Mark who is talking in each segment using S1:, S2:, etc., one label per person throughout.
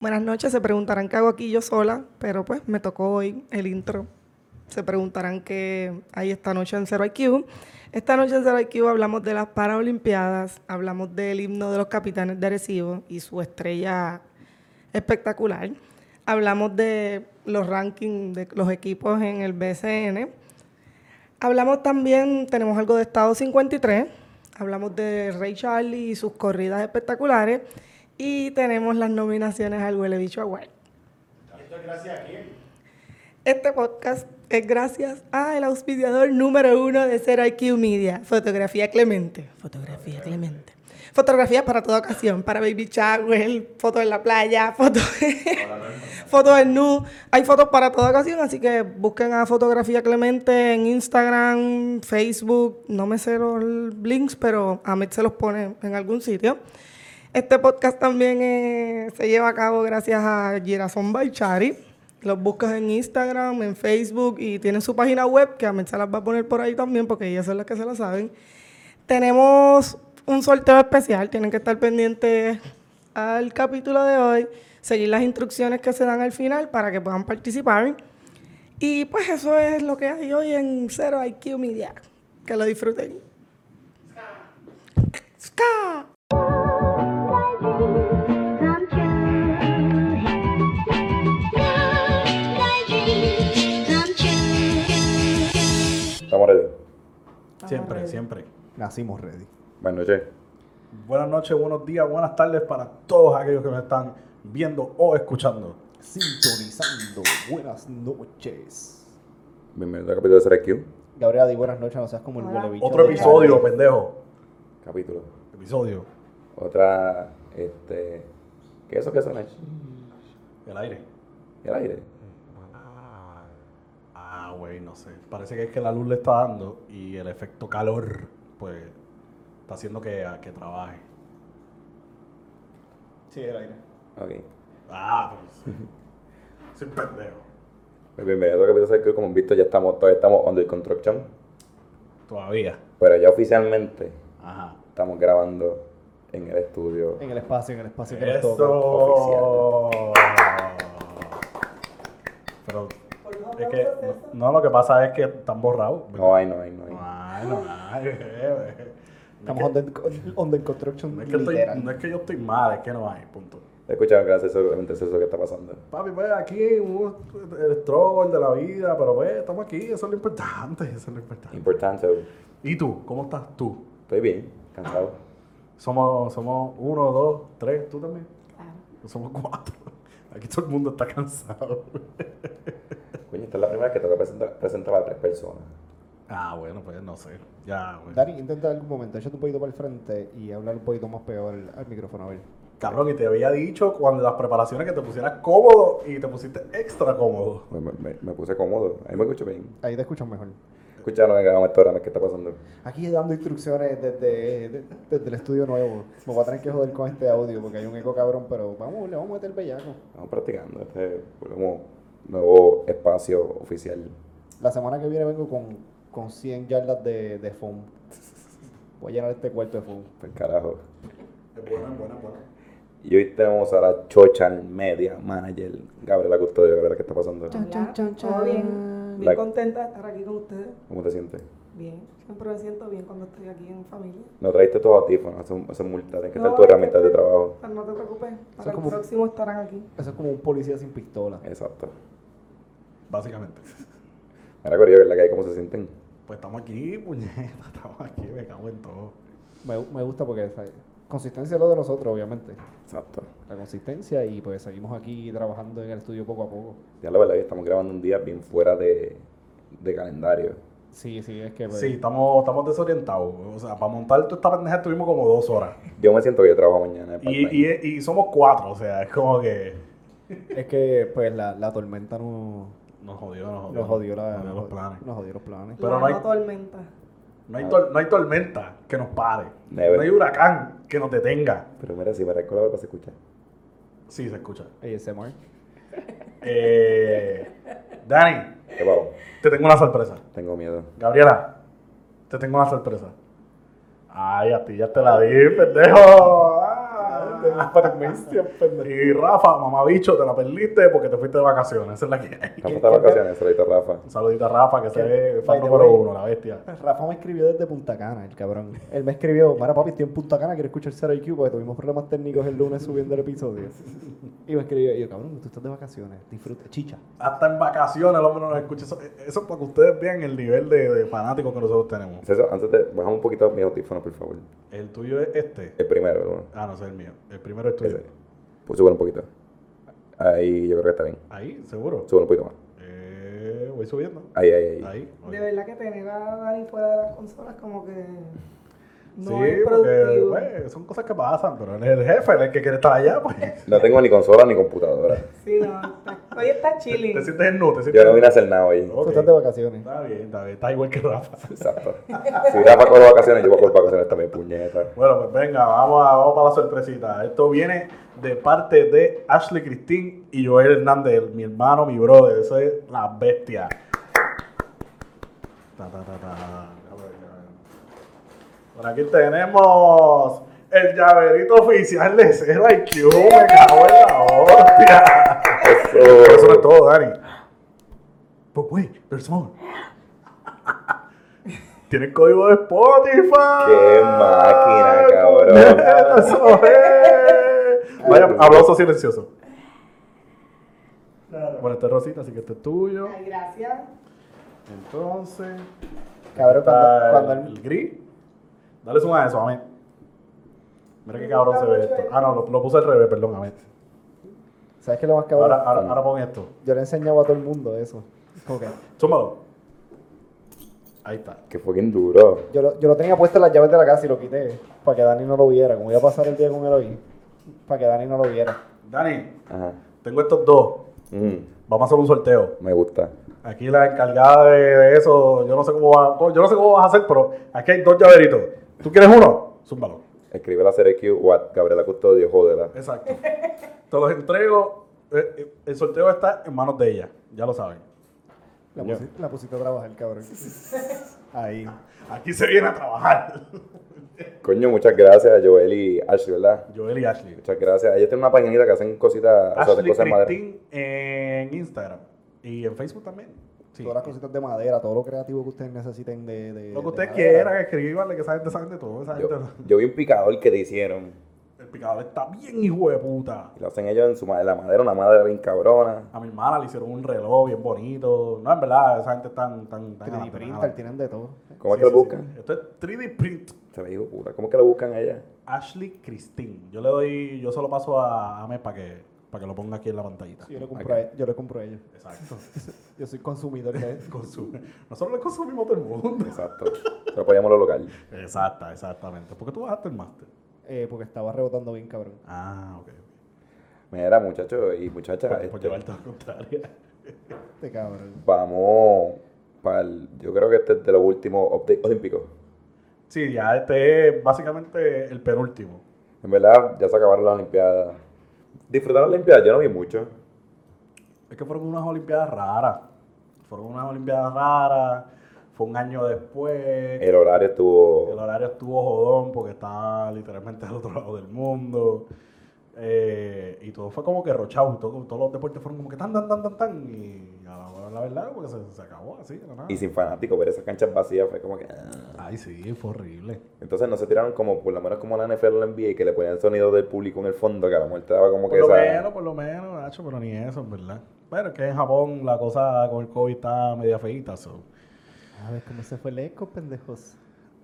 S1: Buenas noches, se preguntarán qué hago aquí yo sola, pero pues me tocó hoy el intro. Se preguntarán qué hay esta noche en Zero IQ. Esta noche en Zero IQ hablamos de las Paralimpiadas, hablamos del himno de los capitanes de Arecibo y su estrella espectacular. Hablamos de los rankings de los equipos en el BCN. Hablamos también, tenemos algo de Estado 53, hablamos de Ray Charlie y sus corridas espectaculares y tenemos las nominaciones al Huele Bicho Award.
S2: ¿Esto es gracias a quién?
S1: Este podcast es gracias al auspiciador número uno de Zero IQ Media, Fotografía Clemente. Fotografía Clemente. Fotografías para toda ocasión, para baby shower, fotos en la playa, fotos fotos en nu. Hay fotos para toda ocasión, así que busquen a Fotografía Clemente en Instagram, Facebook. No me sé los links, pero Amit se los pone en algún sitio. Este podcast también eh, se lleva a cabo gracias a Girasón Baichari. Los buscas en Instagram, en Facebook y tienen su página web que Amit se las va a poner por ahí también porque ellas son las que se la saben. Tenemos un sorteo especial, tienen que estar pendientes al capítulo de hoy, seguir las instrucciones que se dan al final para que puedan participar. Y pues eso es lo que hay hoy en Zero IQ Media. Que lo disfruten. ¡Ska!
S2: Estamos ready.
S3: Siempre, siempre.
S4: Nacimos ready.
S2: Buenas noches.
S3: Buenas noches, buenos días, buenas tardes para todos aquellos que nos están viendo o escuchando.
S4: Sintonizando. Buenas noches.
S2: Bienvenido al capítulo de SRQ.
S4: Gabriela, di buenas noches, no seas como el
S1: Hola.
S4: huele bicho.
S3: Otro
S4: de
S3: episodio, pendejo.
S2: Capítulo.
S3: Episodio.
S2: Otra, este... ¿Qué es eso que suena?
S3: El aire.
S2: El aire.
S3: Ah, güey, no sé. Parece que es que la luz le está dando y el efecto calor, pues, está haciendo que, a- que trabaje.
S4: Cali. Sí, el aire.
S2: Ok.
S3: Ah, pues. Soy pendejo.
S2: Pues bienvenido al capítulo de SRQ. Como han visto, ya estamos, todavía estamos under construction.
S3: Todavía.
S2: Pero ya oficialmente
S3: Ajá.
S2: estamos grabando en el estudio.
S4: En el espacio, en el espacio que nos toca.
S3: Eso. Pero es que no, lo que pasa es que están borrados.
S2: No hay, no hay, no hay.
S3: Ay, no, ay, eh,
S4: Estamos on the, on the construction
S3: no es, que estoy-
S4: literal.
S3: no es que yo estoy mal, es que no hay, punto.
S2: Escucharon que hace eso, entonces eso que está pasando.
S3: Papi, pues aquí hubo el struggle de la vida, pero pues estamos aquí, eso es lo importante, eso es lo importante.
S2: Importante.
S3: ¿Y tú? ¿Cómo estás tú?
S2: Estoy bien. Cansado.
S3: Somos, somos uno, dos, tres, tú también. Somos cuatro. Aquí todo el mundo está cansado.
S2: Coño, esta es la primera vez que tengo que presentar, presentar a tres personas.
S3: Ah, bueno, pues no sé. Ya, güey.
S4: Dani, intenta algún momento, échate un poquito para el frente y hablar un poquito más peor al, al micrófono, a ver.
S3: Cabrón, y te había dicho cuando las preparaciones que te pusieras cómodo y te pusiste extra cómodo.
S2: Pues Me, me- me puse cómodo. Ahí me escucho bien.
S4: Ahí te escuchas mejor.
S2: Escucharon que grabamos esto ahora, ¿qué está pasando?
S4: Aquí dando instrucciones desde, de- desde el estudio nuevo. Me voy a tener que joder con este audio porque hay un eco cabrón, pero vamos, le vamos a meter bellaco.
S2: Estamos practicando este como nuevo espacio oficial.
S4: La semana que viene vengo con, con 100 yardas de, de foam. Voy a llenar este cuarto de foam.
S2: Por carajo.
S3: Es buena, es buena, es buena.
S2: Y hoy tenemos a la Chochal Media Manager, Gabriela Custodio. Gabriela, ¿qué está pasando?
S1: Hola, ¿todo bien? Bien
S2: Like-
S1: contenta de estar aquí con ustedes.
S2: ¿Cómo te sientes?
S1: Bien. Siempre me siento bien cuando estoy aquí en familia.
S2: No traiste tus audífonos, eso eso es multa, tienes que
S1: No, no
S2: estar tu
S1: te
S2: herramienta de trabajo.
S1: No te preocupes, para
S4: Son
S1: el
S4: como-
S1: próximo estarán aquí.
S4: Eso es como un policía sin pistola.
S2: Exacto.
S3: Básicamente.
S2: Mira, Corillo, ¿verdad que hay cómo se sienten?
S3: Pues estamos aquí, puñeta, estamos aquí, me cago en todo.
S4: Me, me gusta porque ¿sabes? consistencia es lo de nosotros, obviamente.
S2: Exacto.
S4: La consistencia y pues seguimos aquí trabajando en el estudio poco a poco.
S2: Ya la verdad que estamos grabando un día bien fuera de, de calendario.
S4: Sí, sí, es que... pues,
S3: Sí, estamos, estamos desorientados. O sea, para montar toda esta pendeja estuvimos como dos horas.
S2: Yo me siento que yo trabajo mañana.
S3: Y, y, y somos cuatro, o sea, es como que
S4: Es que pues la, la tormenta no-
S3: nos jodió, nos jodió.
S4: nos jodió, la-
S3: nos jodió los planes.
S4: Nos jodió los planes.
S3: Pero
S1: La
S3: no hay-
S1: no tormenta.
S3: No hay, tor- no hay tormenta que nos pare.
S2: Never.
S3: No hay huracán que nos detenga.
S2: Pero mira, si me recuerdo la voz pues se escucha.
S3: Sí, se escucha.
S4: ASMR.
S3: Eh, Dani,
S2: ¿Qué pavo?
S3: te tengo una sorpresa.
S2: Tengo miedo.
S3: Gabriela, te tengo una sorpresa. Ay, a ti ya te la di, pendejo. Ah, Las permisias, pendejo. Y Rafa, mamabicho, te la perdiste porque te fuiste de vacaciones. Esa es la que hay.
S2: Rafa está de vacaciones, saludito a Rafa.
S3: Un saludito a Rafa, que se
S4: ¿Qué?
S3: ve
S4: By
S3: fan
S4: the
S3: número
S4: way.
S3: uno, la bestia.
S4: Rafa me escribió desde Punta Cana, el cabrón. Él me escribió, Mara papi, estoy en Punta Cana, quiero escuchar Cero IQ porque tuvimos problemas técnicos el lunes subiendo el episodio. Y me escribió, y yo, cabrón, tú estás de vacaciones, disfruta, chicha.
S3: Hasta en vacaciones el hombre nos escucha. Eso, eso es para que ustedes vean el nivel de, de fanáticos que nosotros tenemos.
S2: César, antes de. Baja un poquito mis audífonos, por favor.
S3: El tuyo es este.
S2: El primero, el uno.
S3: Ah, no, ese es el mío. El primero es tuyo.
S2: Ese. Pues súbelo un poquito. Ahí yo creo que está bien.
S3: Ahí, seguro.
S2: Súbelo un poquito más.
S3: Eh, voy subiendo.
S2: Ahí, ahí, ahí.
S3: Ahí. ok.
S1: De verdad que tener a Dani fuera de las consolas como que no
S3: sí,
S1: es
S3: porque
S1: productivo.
S3: pues, son cosas que pasan, pero él es el jefe, él es el que quiere estar allá, pues.
S2: No tengo ni consola ni computadora.
S1: Sí, no, está- hoy está chilling.
S3: Te sientes en nu, te sientes
S2: Yo no vine a
S3: en
S2: hacer nada hoy.
S3: nu. Ok.
S4: Tú estás de vacaciones.
S3: Está bien, está bien, está igual que Rafa.
S2: Exacto. Si Rafa coge vacaciones, yo voy a coger vacaciones también, puñeta.
S3: Bueno, pues venga, vamos, a- vamos para la sorpresita. Esto viene de parte de Ashley Cristín y Joel Hernández, mi hermano, mi brother. Eso es la bestia. Ta, ta, ta, ta. Por aquí tenemos el llaverito oficial de Cero IQ. Me cago en la hostia. Pero eso no es
S2: Eso.
S3: todo, Dani. Pues, But wait, there's more. Tiene el código de Spotify.
S2: Qué máquina, cabrón.
S3: Eso es. Vaya, aplauso silencioso. Bueno, este es Rosita, así que este es tuyo.
S1: Ay, gracias.
S3: Entonces.
S4: Cabrón,
S3: está
S4: cuando, cuando
S3: el,
S4: él-
S3: gris. Dale suma a eso, amén. Mira qué cabrón se ve esto. Ah, no, lo, lo puse al revés, perdón, amén.
S4: ¿Sabes qué es lo más cabrón?
S3: Ahora, ahora, ahora pon esto.
S4: Yo le he enseñado a todo el mundo eso. Como que
S3: Súmalo. Ahí está.
S2: Que fucking duro.
S4: yo, lo, yo lo tenía puesto en las llaves de la casa y lo quité para que Dani no lo viera. Como iba a pasar el día con él hoy, para que Dani no lo viera.
S3: Dani,
S2: Ajá.
S3: tengo estos dos.
S2: Mm,
S3: Vamos a hacer un sorteo.
S2: me gusta.
S3: Aquí la encargada de, de eso, yo no sé cómo va, yo no sé cómo vas a hacer, pero aquí hay dos llaveritos. ¿Tú quieres uno? Zúmbalo.
S2: Escribe la serie Q, what, Gabriela Custodio, jódela.
S3: Exacto. Te los entrego. Eh, eh, El sorteo está en manos de ella, ya lo saben.
S4: La,
S2: Yo.
S4: pusi- la pusiste a trabajar, cabrón. Ahí.
S3: Aquí se viene a trabajar. Eh.
S2: Coño, muchas gracias a Joel y Ashley, ¿verdad?
S3: Joel y Ashley.
S2: Muchas gracias. Ellos tienen una pañanita que hacen cositas, o sea, hacen
S3: Ashley
S2: cosas de madera.
S3: Cristín en Instagram y en Facebook también. Sí.
S4: Todas las cositas de madera, todo lo creativo que ustedes necesiten de. de-
S3: Lo que
S4: de
S3: ustedes
S4: madera.
S3: quieran, escribanle, que esa gente sabe de todo. Esa
S2: Yo,
S3: gente-
S2: yo vi un picador que te hicieron.
S3: el picador está bien hijo de puta.
S2: Y lo hacen ellos en su ma- en la madera, una madera bien cabrona.
S3: A mi hermana le hicieron un reloj bien bonito. No, en verdad, esa gente tan, tan, tan
S4: 3D
S3: adelante,
S4: printer,
S3: adelante.
S4: tienen de todo.
S2: ¿Cómo es que
S3: Sí,
S2: lo
S3: sí,
S2: buscan?
S3: sí. Esto es 3D print.
S2: Se me dijo, puta, ¿cómo es que lo buscan a ella?
S3: Ashley Christine. Yo le doy, yo se lo paso a Ame para que, para que lo ponga aquí en la pantallita.
S4: Yo lo compro, a, yo lo compro a ellos.
S3: Exacto.
S4: Yo soy consumidor de
S3: Consume. Nosotros le consumimos todo el mundo.
S2: Exacto. Pero podíamos lo local.
S3: Exacta, exactamente. ¿Por qué tú bajaste el máster?
S4: eh, porque estaba rebotando bien, cabrón.
S3: Ah, ok.
S2: Mira, muchachos y muchachas.
S3: Por, por
S2: este,
S3: llevarte a la contraria.
S4: Este cabrón.
S2: vamos para Yo creo que este es de los últimos updates olímpicos.
S3: Sí, ya este es básicamente el penúltimo.
S2: En verdad, ya se acabaron las Olimpiadas. Disfrutaron las Olimpiadas, yo no vi mucho.
S3: Es que fueron unas olimpiadas raras. Fueron unas olimpiadas raras. Fue un año después.
S2: El horario
S3: El
S2: estuvo.
S3: horario estuvo jodón porque estaba literalmente al otro lado del mundo. Eh, y todo fue como que rochado. y todo- todos los deportes fueron como que tan, tan, tan, tan, tan. Y a la, hora, la verdad, porque se, se acabó así. de la nada.
S2: Y sin fanáticos, ver esas canchas vacías fue como que. ah.
S3: Ay, sí, fue horrible.
S2: Entonces no se tiraron como, por lo menos como la NFL o la NBA, que le ponían el sonido del público en el fondo, que a la muerte daba como
S3: Por
S2: que
S3: lo
S2: esa.
S3: menos, por lo menos, Nacho, pero ni eso, en verdad. Pero es que en Japón la cosa con el COVID está media feita. so.
S4: A ver cómo se fue el eco, pendejos.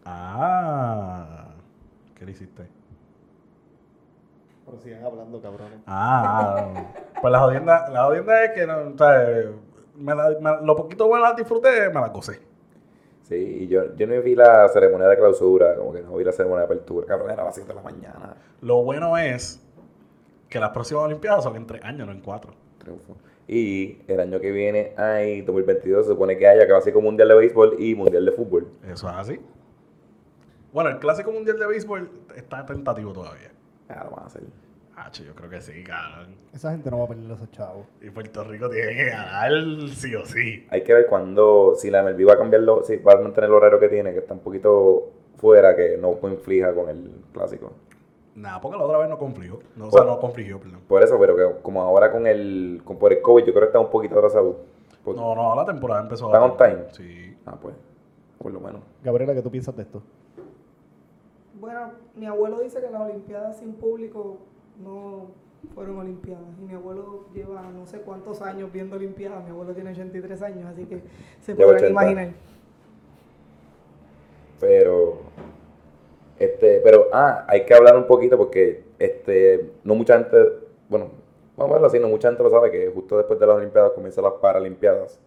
S3: Ah, ¿qué le hiciste?
S4: Pero sigan hablando, cabrones.
S3: Ah, pues la jodienda, la jodienda es que no, o sea, me la- me- lo poquito bueno la disfruté, me la gocé.
S2: Sí, y yo, yo no vi la ceremonia de clausura, como que no vi la ceremonia de apertura. Cabrón, era a las 7 de la mañana.
S3: Lo bueno es que las próximas Olimpiadas son en tres años, no en cuatro.
S2: Triunfo. Y el año que viene, ay, 2022, se supone que haya clásico mundial de béisbol y mundial de fútbol.
S3: Eso es así. Bueno, el Clásico Mundial de Béisbol está tentativo todavía.
S2: Ah, lo van a hacer.
S3: Ah, che, yo creo que sí, cabrón.
S4: Esa gente no va a perder a esos chavos.
S3: Y Puerto Rico tiene que ganar sí o sí.
S2: Hay que ver cuando, si la MLB va a cambiarlo, si va a mantener el horario que tiene, que está un poquito fuera, que no inflija con el clásico.
S3: Nada, porque la otra vez no confligió. No, o sea,
S2: Bueno.
S3: no confligió, perdón.
S2: Por eso, pero que como ahora con el, con, por el COVID, yo creo que está un poquito atrasado. Por-
S3: No, no, la temporada empezó
S2: ¿Está
S3: ahora.
S2: on time?
S3: Sí.
S2: Ah, pues, por lo menos.
S4: Gabriela, ¿qué tú piensas de esto?
S1: Bueno, mi abuelo dice que las Olimpiadas sin público no fueron Olimpiadas. Y mi abuelo lleva no sé cuántos años viendo Olimpiadas. Mi abuelo tiene 83 años, así que se
S2: Lleva
S1: podrán
S2: 80.
S1: imaginar.
S2: Pero, este, pero, ah, hay que hablar un poquito porque, este, no mucha gente, bueno, vamos a verlo así, no mucha gente lo sabe que justo después de las Olimpiadas comienzan las Paralimpiadas.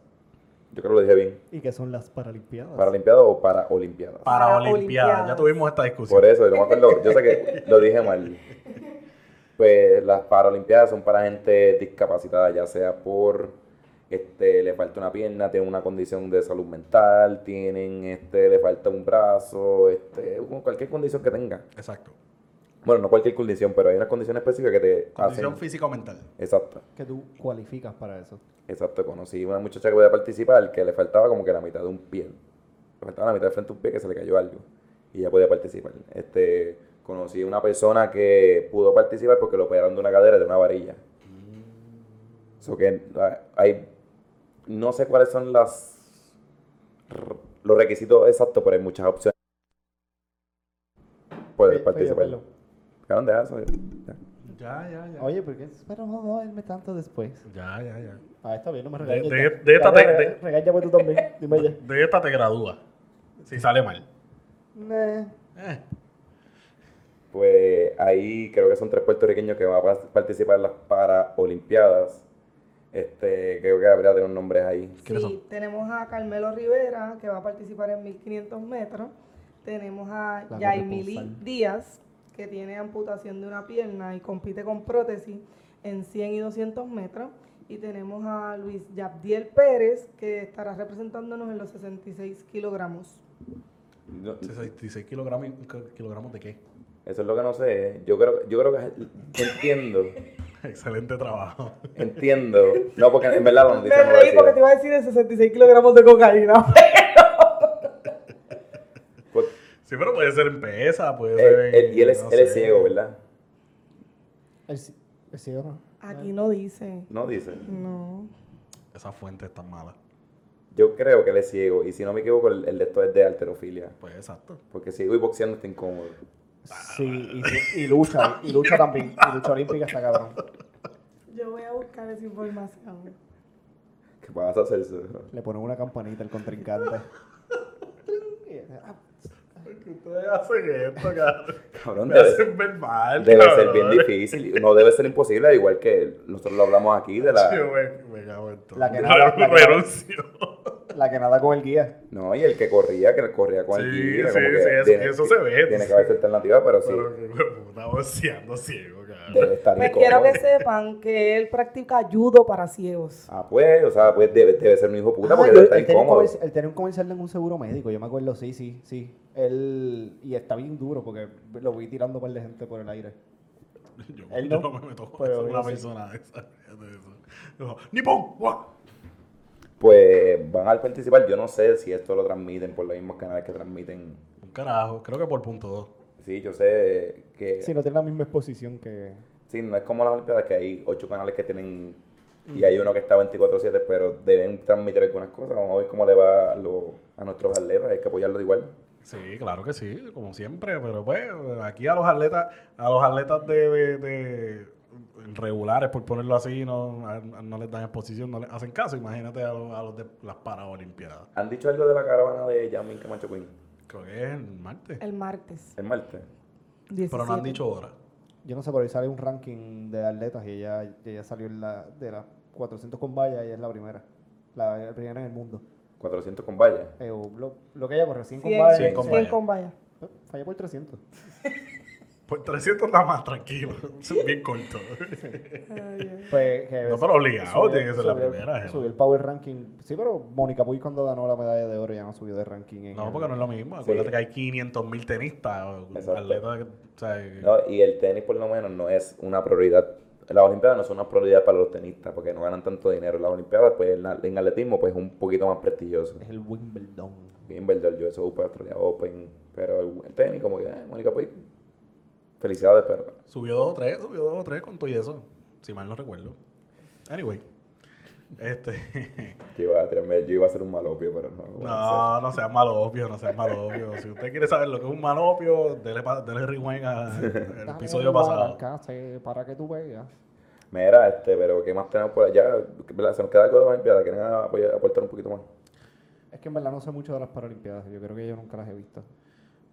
S2: Yo creo que lo dije bien.
S4: ¿Y qué son las Paralimpiadas?
S2: ¿Paralimpiadas o Paraolimpiadas?
S3: Para
S1: Olimpiadas.
S3: Olimpiadas. Ya tuvimos esta discusión.
S2: Por eso, yo, me acuerdo, yo sé que lo dije mal. Pues las Paralimpiadas son para gente discapacitada, ya sea por este, le falta una pierna, tiene una condición de salud mental, tienen este, le falta un brazo, este, cualquier condición que tenga.
S3: Exacto.
S2: Bueno, no cualquier condición, pero hay unas condiciones específicas que te
S3: Condición
S2: hacen.
S3: física o mental.
S2: Exacto,
S4: Que tú cualificas para eso.
S2: exacto. Conocí una muchacha que podía participar que le faltaba como que la mitad de un pie. Le faltaba la mitad de frente a un pie que se le cayó algo. Y ya podía participar. Este, conocí una persona que pudo participar porque lo operaron de una cadera y de una varilla.
S4: Mm.
S2: So que ah, hay. No sé cuáles son las. Los requisitos exactos, pero hay muchas opciones. Puedes
S4: Oye,
S2: participar.
S4: perdón.
S2: Cabrón, deja eso, ya.
S3: Ya, ya, ya.
S4: Oye, ¿por qué espero joderme tanto después?
S3: Ya, ya, ya.
S4: Ah, está bien, no me
S3: De-
S4: regañes.
S3: de-
S4: ya.
S3: de esta
S4: Ya,
S3: te-
S4: re-
S3: de-
S4: Regáñame tú también. Dime ya.
S3: De esta te gradúa. Si sale mal.
S4: Nah.
S3: Eh.
S2: Pues ahí creo que son tres puertorriqueños que van a pa- participar en las Paraolimpiadas. Este, creo que habría de tener nombres ahí.
S3: ¿Quiénes
S1: Sí, tenemos a Carmelo Rivera, que va a participar en 1500 metros. Tenemos a
S4: La
S1: Yaimili
S4: corresponsal.
S1: Díaz, que tiene amputación de una pierna y compite con prótesis en 100 y 200 metros. Y tenemos a Luis Yabdiel Pérez, que estará representándonos en los 66 kilogramos.
S2: No, eso
S3: 66 kilogramos, kilogramos de qué?
S2: es lo que no sé. ¿eh? Yo creo, yo creo que entiendo.
S3: Excelente trabajo.
S2: Entiendo. No, porque en verdad lo
S1: Me
S2: dicen
S1: reí porque te iba a decir de 66 kilogramos de cocaína.
S3: Sí, pero puede ser en pesa, puede ser.
S2: él, él-
S3: en-
S2: Eh, y él es,
S3: no
S2: él es
S3: sé.
S2: ciego, ¿verdad?
S4: El, ci- el ciego no.
S1: Aquí no dice.
S2: No dice.
S1: No.
S3: Esa fuente está mala.
S2: Yo creo que él es ciego. Y si no me equivoco, el, el de esto es de alterofilia.
S3: Pues exacto.
S2: Porque ciego y boxeando está incómodo.
S4: Sí, y, sí, y lucha, y lucha también. Y lucha olímpica está cabrón.
S1: Yo voy a buscar esa información.
S2: ¿Qué pasa, Celso?
S4: Le ponen una campanita al contrincante.
S3: ¿Qué ustedes hacen esto, cabrón?
S2: Cabrón,
S3: Me
S2: debe-
S3: hacen ver mal.
S2: Debe ser
S3: cabrón.
S2: bien difícil, no debe ser imposible, al igual que nosotros lo hablamos aquí de
S3: Sí,
S2: la...
S3: me, me cago en todo.
S4: La que nada, la que-
S3: Renuncio.
S4: La que nada con el guía.
S2: No, y el que corría, que corría con el
S3: Sí,
S2: tigre,
S3: sí,
S2: como que
S3: sí, eso- eso se ve.
S2: Tiene que haber esta alternativa, pero sí,
S3: Pero que puta, boceando ciego, cabrón.
S2: debe estar
S1: Pues
S2: incómodo.
S1: quiero que sepan que él practica judo para ciegos.
S2: Ah, pues, o sea, pues debe, debe ser un hijo puta porque
S4: Ah,
S2: debe
S4: yo-
S2: estar
S4: él, tenía un
S2: incómodo.
S4: comerci- él tenía un comercial en un seguro médico, yo me acuerdo, sí, sí, sí. Él, y está bien duro porque lo vi tirando par de gente por el aire.
S3: Yo,
S4: Él
S3: yo
S4: no,
S3: no me meto con
S4: pero
S3: una
S4: yo sí.
S3: persona de esa. de eso. Yo, ¡Nipón! ¡Guau!
S2: Pues van a participar, yo no sé si esto lo transmiten por los mismos canales que transmiten.
S3: Un carajo, creo que por punto 2.
S2: Sí, yo sé que...
S4: Sí, no tiene la misma exposición que...
S2: Sí, no es como las Olimpiadas, que hay ocho canales que tienen...
S1: Mm.
S2: Y hay uno que está 24-7, pero deben transmitir algunas cosas. Vamos a ver cómo le va a, los- a nuestros atletas, hay que apoyarlos igual.
S3: Sí, claro que sí, como siempre, pero pues aquí a los atletas, a los atletas de, de- de regulares, por ponerlo así, no, a- no les dan exposición, no les hacen caso, imagínate a los, a los de las Paraolimpiadas.
S2: ¿Han dicho algo de la caravana de Yamin Camacho Queen?
S3: Creo que es el martes,
S1: El martes.
S2: El martes.
S1: 17.
S3: pero no han dicho hora.
S4: Yo no sé, por ahí sale un ranking de atletas y ella, y ella salió en la, de las 400 con vallas y ella es la primera. La, la primera en el mundo.
S2: 400 con vallas.
S4: Eh, o lo, lo que ella corrió, 100 con
S1: 100,
S4: vallas.
S3: 100 con
S4: sí.
S3: vallas.
S1: con vallas.
S4: Eh, Fallé por 300.
S3: Pues 300 nada más, tranquilo, es bien corto.
S4: Pues, que-
S3: No, pero obligado,
S4: subió-
S3: tiene que ser la
S4: subió-
S3: primera, Gemma.
S4: Subió el power ranking. Sí, pero Mónica Puig cuando ganó la medalla de oro ya no subió de ranking. en
S3: No,
S4: el-
S3: porque no es lo mismo, acuérdate que hay 500 mil tenistas, o
S2: Exacto.
S3: atletas, o sea,
S2: No, y el tenis por lo menos no es una prioridad. Las Olimpiadas no son una prioridad para los tenistas porque no ganan tanto dinero. Las Olimpiadas, pues en, la- en atletismo, pues es un poquito más prestigioso.
S4: Es el Wimbledon.
S2: Bien, verdad, yo eso Open, Australia Open, pero el, el tenis como que, eh, Mónica Puig. pues, Felicidades, pero.
S3: Subió dos o tres, subió dos o tres con todo y eso. Si mal no recuerdo. Anyway. Este.
S2: Yo iba a, tirarme- yo iba a ser un malopio, pero no. lo voy a
S3: No, no seas malopio, no seas malopio. Si usted quiere saber lo que es un malopio, dele, pa- dele rewind a- al episodio pasado.
S4: Para que tú veas.
S2: hacer. Mira, este, pero ¿qué más tenemos por allá? ¿Verdad? ¿Se nos queda algo de la Olimpiada? ¿Quieren apoyar- aportar un poquito más?
S4: Es que en verdad no sé mucho de las Paralimpiadas. Yo creo que yo nunca las he visto.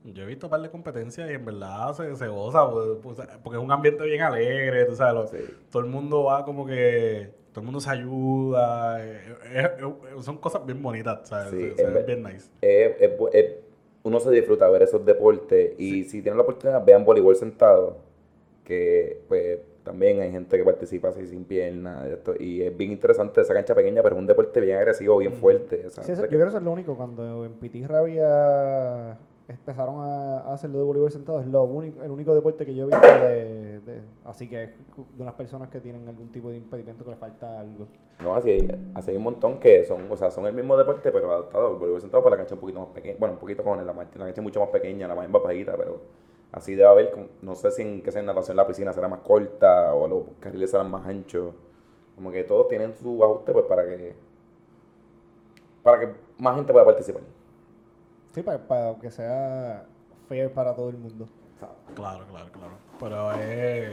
S3: Yo he visto un par de competencias y en verdad se, se goza, pues, pues, porque es un ambiente bien alegre, tú sabes. lo-
S2: Sí.
S3: Todo el mundo va como que. Todo el mundo se ayuda. eh, eh, eh, son cosas bien bonitas, ¿sabes?
S2: Sí,
S3: se, se
S2: en
S3: ven
S2: ver-
S3: bien nice.
S2: Es- es bu- es- uno se disfruta ver esos deportes y si tienen la oportunidad, vean voleibol sentado, que pues también hay gente que participa así sin piernas y, esto, y es bien interesante esa cancha pequeña, pero es un deporte bien agresivo, bien fuerte. o sea,
S4: Sí,
S2: no
S4: eso- yo
S2: sé
S4: creo que eso es lo único. Cuando en Pitirra había empezaron a, a hacerlo de voleibol sentado, es lo único, el único deporte que yo he visto de, de- así que es de unas personas que tienen algún tipo de impedimento que les falta algo.
S2: No, así, hay- así hay un montón que son, o sea, son el mismo deporte, pero adaptado. El voleibol sentado para la cancha un poquito más pequeña. Bueno, un poquito con el- la, mar- la cancha es mucho más pequeña, la más bajita, pero así debe haber. como- No sé si en que sea en natación la piscina será más corta o los carriles serán más anchos. Como que todos tienen su ajuste pues para que para que más gente pueda participar.
S4: Sí, para, para que sea fair para todo el mundo.
S3: Claro, claro, claro. Pero es,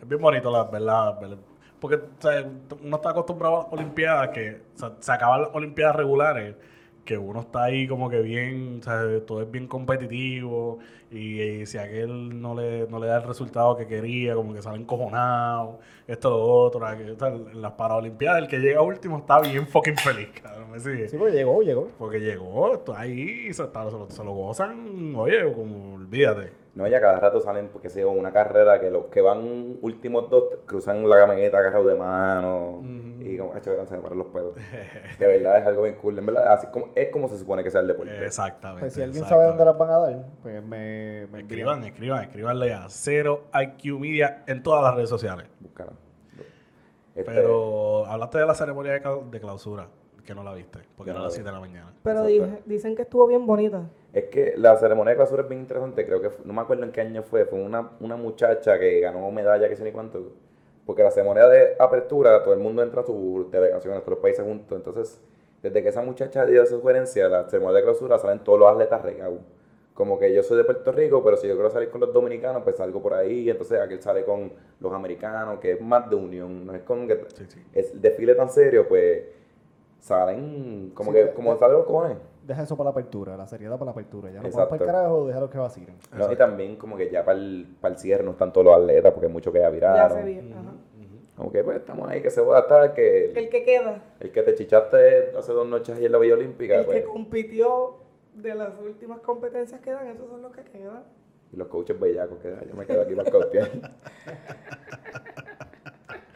S3: es bien bonito, la verdad. ver- Porque o sea, uno está acostumbrado a las Olimpiadas, que o sea, se acaban las Olimpiadas regulares, que uno está ahí como que bien, o sea, todo es bien competitivo, y, y si a aquel no le, no le da el resultado que quería, como que sale encojonado, esto, lo otro. aquello, o sea, en las Paralimpiadas, el que llega último está bien fucking feliz, cabrón, ¿me sigue?
S4: Sí, porque llegó, llegó.
S3: Porque llegó, está ahí, se, está- se lo, se lo gozan, oye, como olvídate.
S2: No, ya cada rato salen, pues, porque sea una carrera que los que van últimos dos cruzan la camioneta agarrados de mano y como, "Acho, se me paran los pelos. De verdad es algo bien cool, en verdad, así como, es como se supone que sea el deporte.
S3: Exactamente.
S4: Pues si alguien sabe dónde
S3: exactamente.
S4: las van a dar, pues me, me envía.
S3: Escriban, escriban, escribanle a Cero IQ Media en todas las redes sociales.
S2: Búscala. Este,
S3: Pero hablaste de la ceremonia de, clau- de clausura, que no la viste, porque
S2: Yo
S3: era
S2: no
S3: a las
S2: la
S3: 7 de la mañana.
S1: Pero
S2: Exacto.
S1: dije- dicen que estuvo bien bonita.
S2: Es que la ceremonia de clausura es bien interesante, creo que fue- no me acuerdo en qué año fue, fue una, una muchacha que ganó medalla, que sé ni cuánto, porque la ceremonia de apertura, todo el mundo entra a sus delegaciones, todos los países juntos, entonces desde que esa muchacha dio esa sugerencia, la ceremonia de clausura salen todos los atletas regados. Como que yo soy de Puerto Rico, pero si yo quiero salir con los dominicanos, pues salgo por ahí, entonces aquel sale con los americanos, que es más de unión, no es como que
S3: Sí, sí.
S2: es el desfile tan serio, pues salen como
S4: Sí,
S2: que,
S4: de-
S2: como
S4: de-
S2: salen los cojones.
S4: Deja eso para la apertura, la seriedad para la apertura. Ya no vamos
S2: Exacto.
S4: para el carajo, déjalo que vacilen.
S2: No, y también como que ya para el, cierre no están todos los atletas porque hay muchos que ya
S1: Ya se
S2: viraron.
S3: Mm.
S1: vio, ajá.
S2: Como que pues estamos ahí, que se va a estar, que el,
S1: El que queda,
S2: que te chichaste hace dos noches ahí en la Villa Olímpica,
S1: el
S2: pues,
S1: que compitió de las últimas competencias que dan, esos son los que quedan.
S2: y los coaches bellacos, que ah, yo me quedo aquí para costear.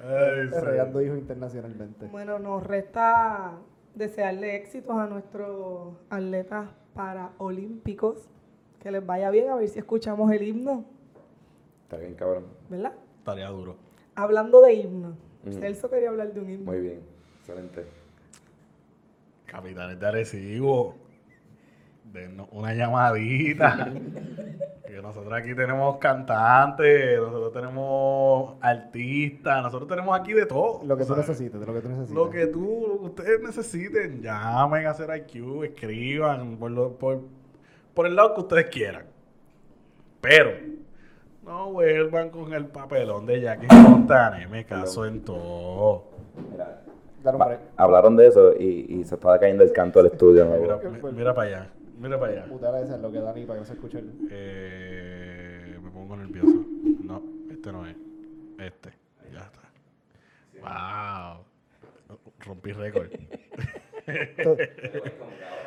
S3: Ay, sí.
S4: Regando hijos internacionalmente.
S1: Bueno, nos resta desearle éxitos a nuestros atletas paraolímpicos. Que les vaya bien, a ver si escuchamos el himno,
S2: Está bien, cabrón.
S1: ¿verdad?
S3: Tarea duro.
S1: Hablando de himno.
S2: Ujú.
S1: Celso quería hablar de un himno.
S2: Mm. Muy bien, excelente.
S3: Capitanes de Arecibo, denos una llamadita. que nosotros aquí tenemos cantantes, nosotros tenemos artistas, nosotros tenemos aquí de todo.
S4: Lo que tú
S3: ¿sabes?
S4: necesites, lo que tú necesites.
S3: Lo que tú, lo que ustedes necesiten, llamen a hacer IQ, escriban por, lo- por, por el lado que ustedes quieran. Pero no vuelvan con el papelón de Jackie Fontane, me caso en todo.
S2: Mira,
S4: Dale un
S2: va-
S4: break.
S2: Ah, hablaron de eso y, y se estaba cayendo el canto del estudio. ¿no?
S3: Mira, mi- mira para allá, mira para allá.
S4: Mutar esa es lo que Dani para que no se escuche. el-
S3: Eh, me pongo nervioso. No, este no es. Este, ya está. Wow. Rompí récord.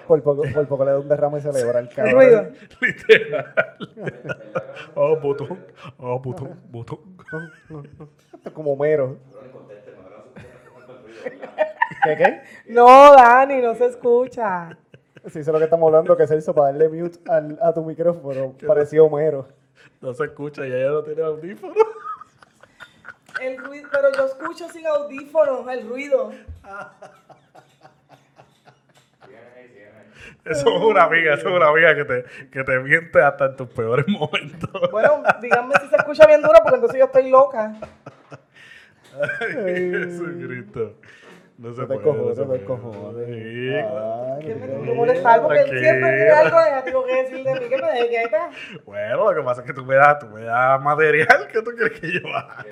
S4: Por poco, por poco le da un derrame y se le va el
S1: El
S4: cabrón.
S1: ruido.
S3: Literal. oh, botón. Oh, botón, botón.
S4: Esto es como mero. ¿Qué qué?
S1: No, Dani, no se escucha.
S4: Si eso es lo que estamos hablando, que es eso para darle mute al, a tu micrófono. Pareció Homero.
S3: No se escucha, ya ya no tiene audífono.
S1: El ruido, pero yo escucho sin audífonos el ruido.
S3: Eso es una amiga, eso es una amiga que te, que te miente hasta en tus peores momentos.
S1: Bueno, díganme si se escucha bien duro porque entonces yo estoy loca.
S3: Ay, Jesucristo. No se
S4: te
S3: puede.
S4: cojones,
S3: se
S4: no te
S3: puede.
S4: cojones.
S3: Sí,
S4: Ay,
S1: Que me
S4: no te-
S1: como le salgo que él siempre tiene
S3: Tranquila.
S1: algo negativo que decir de mí que me deje quieta.
S3: Bueno, lo que pasa es que tú me das, tú me das material que tú quieres que yo haga.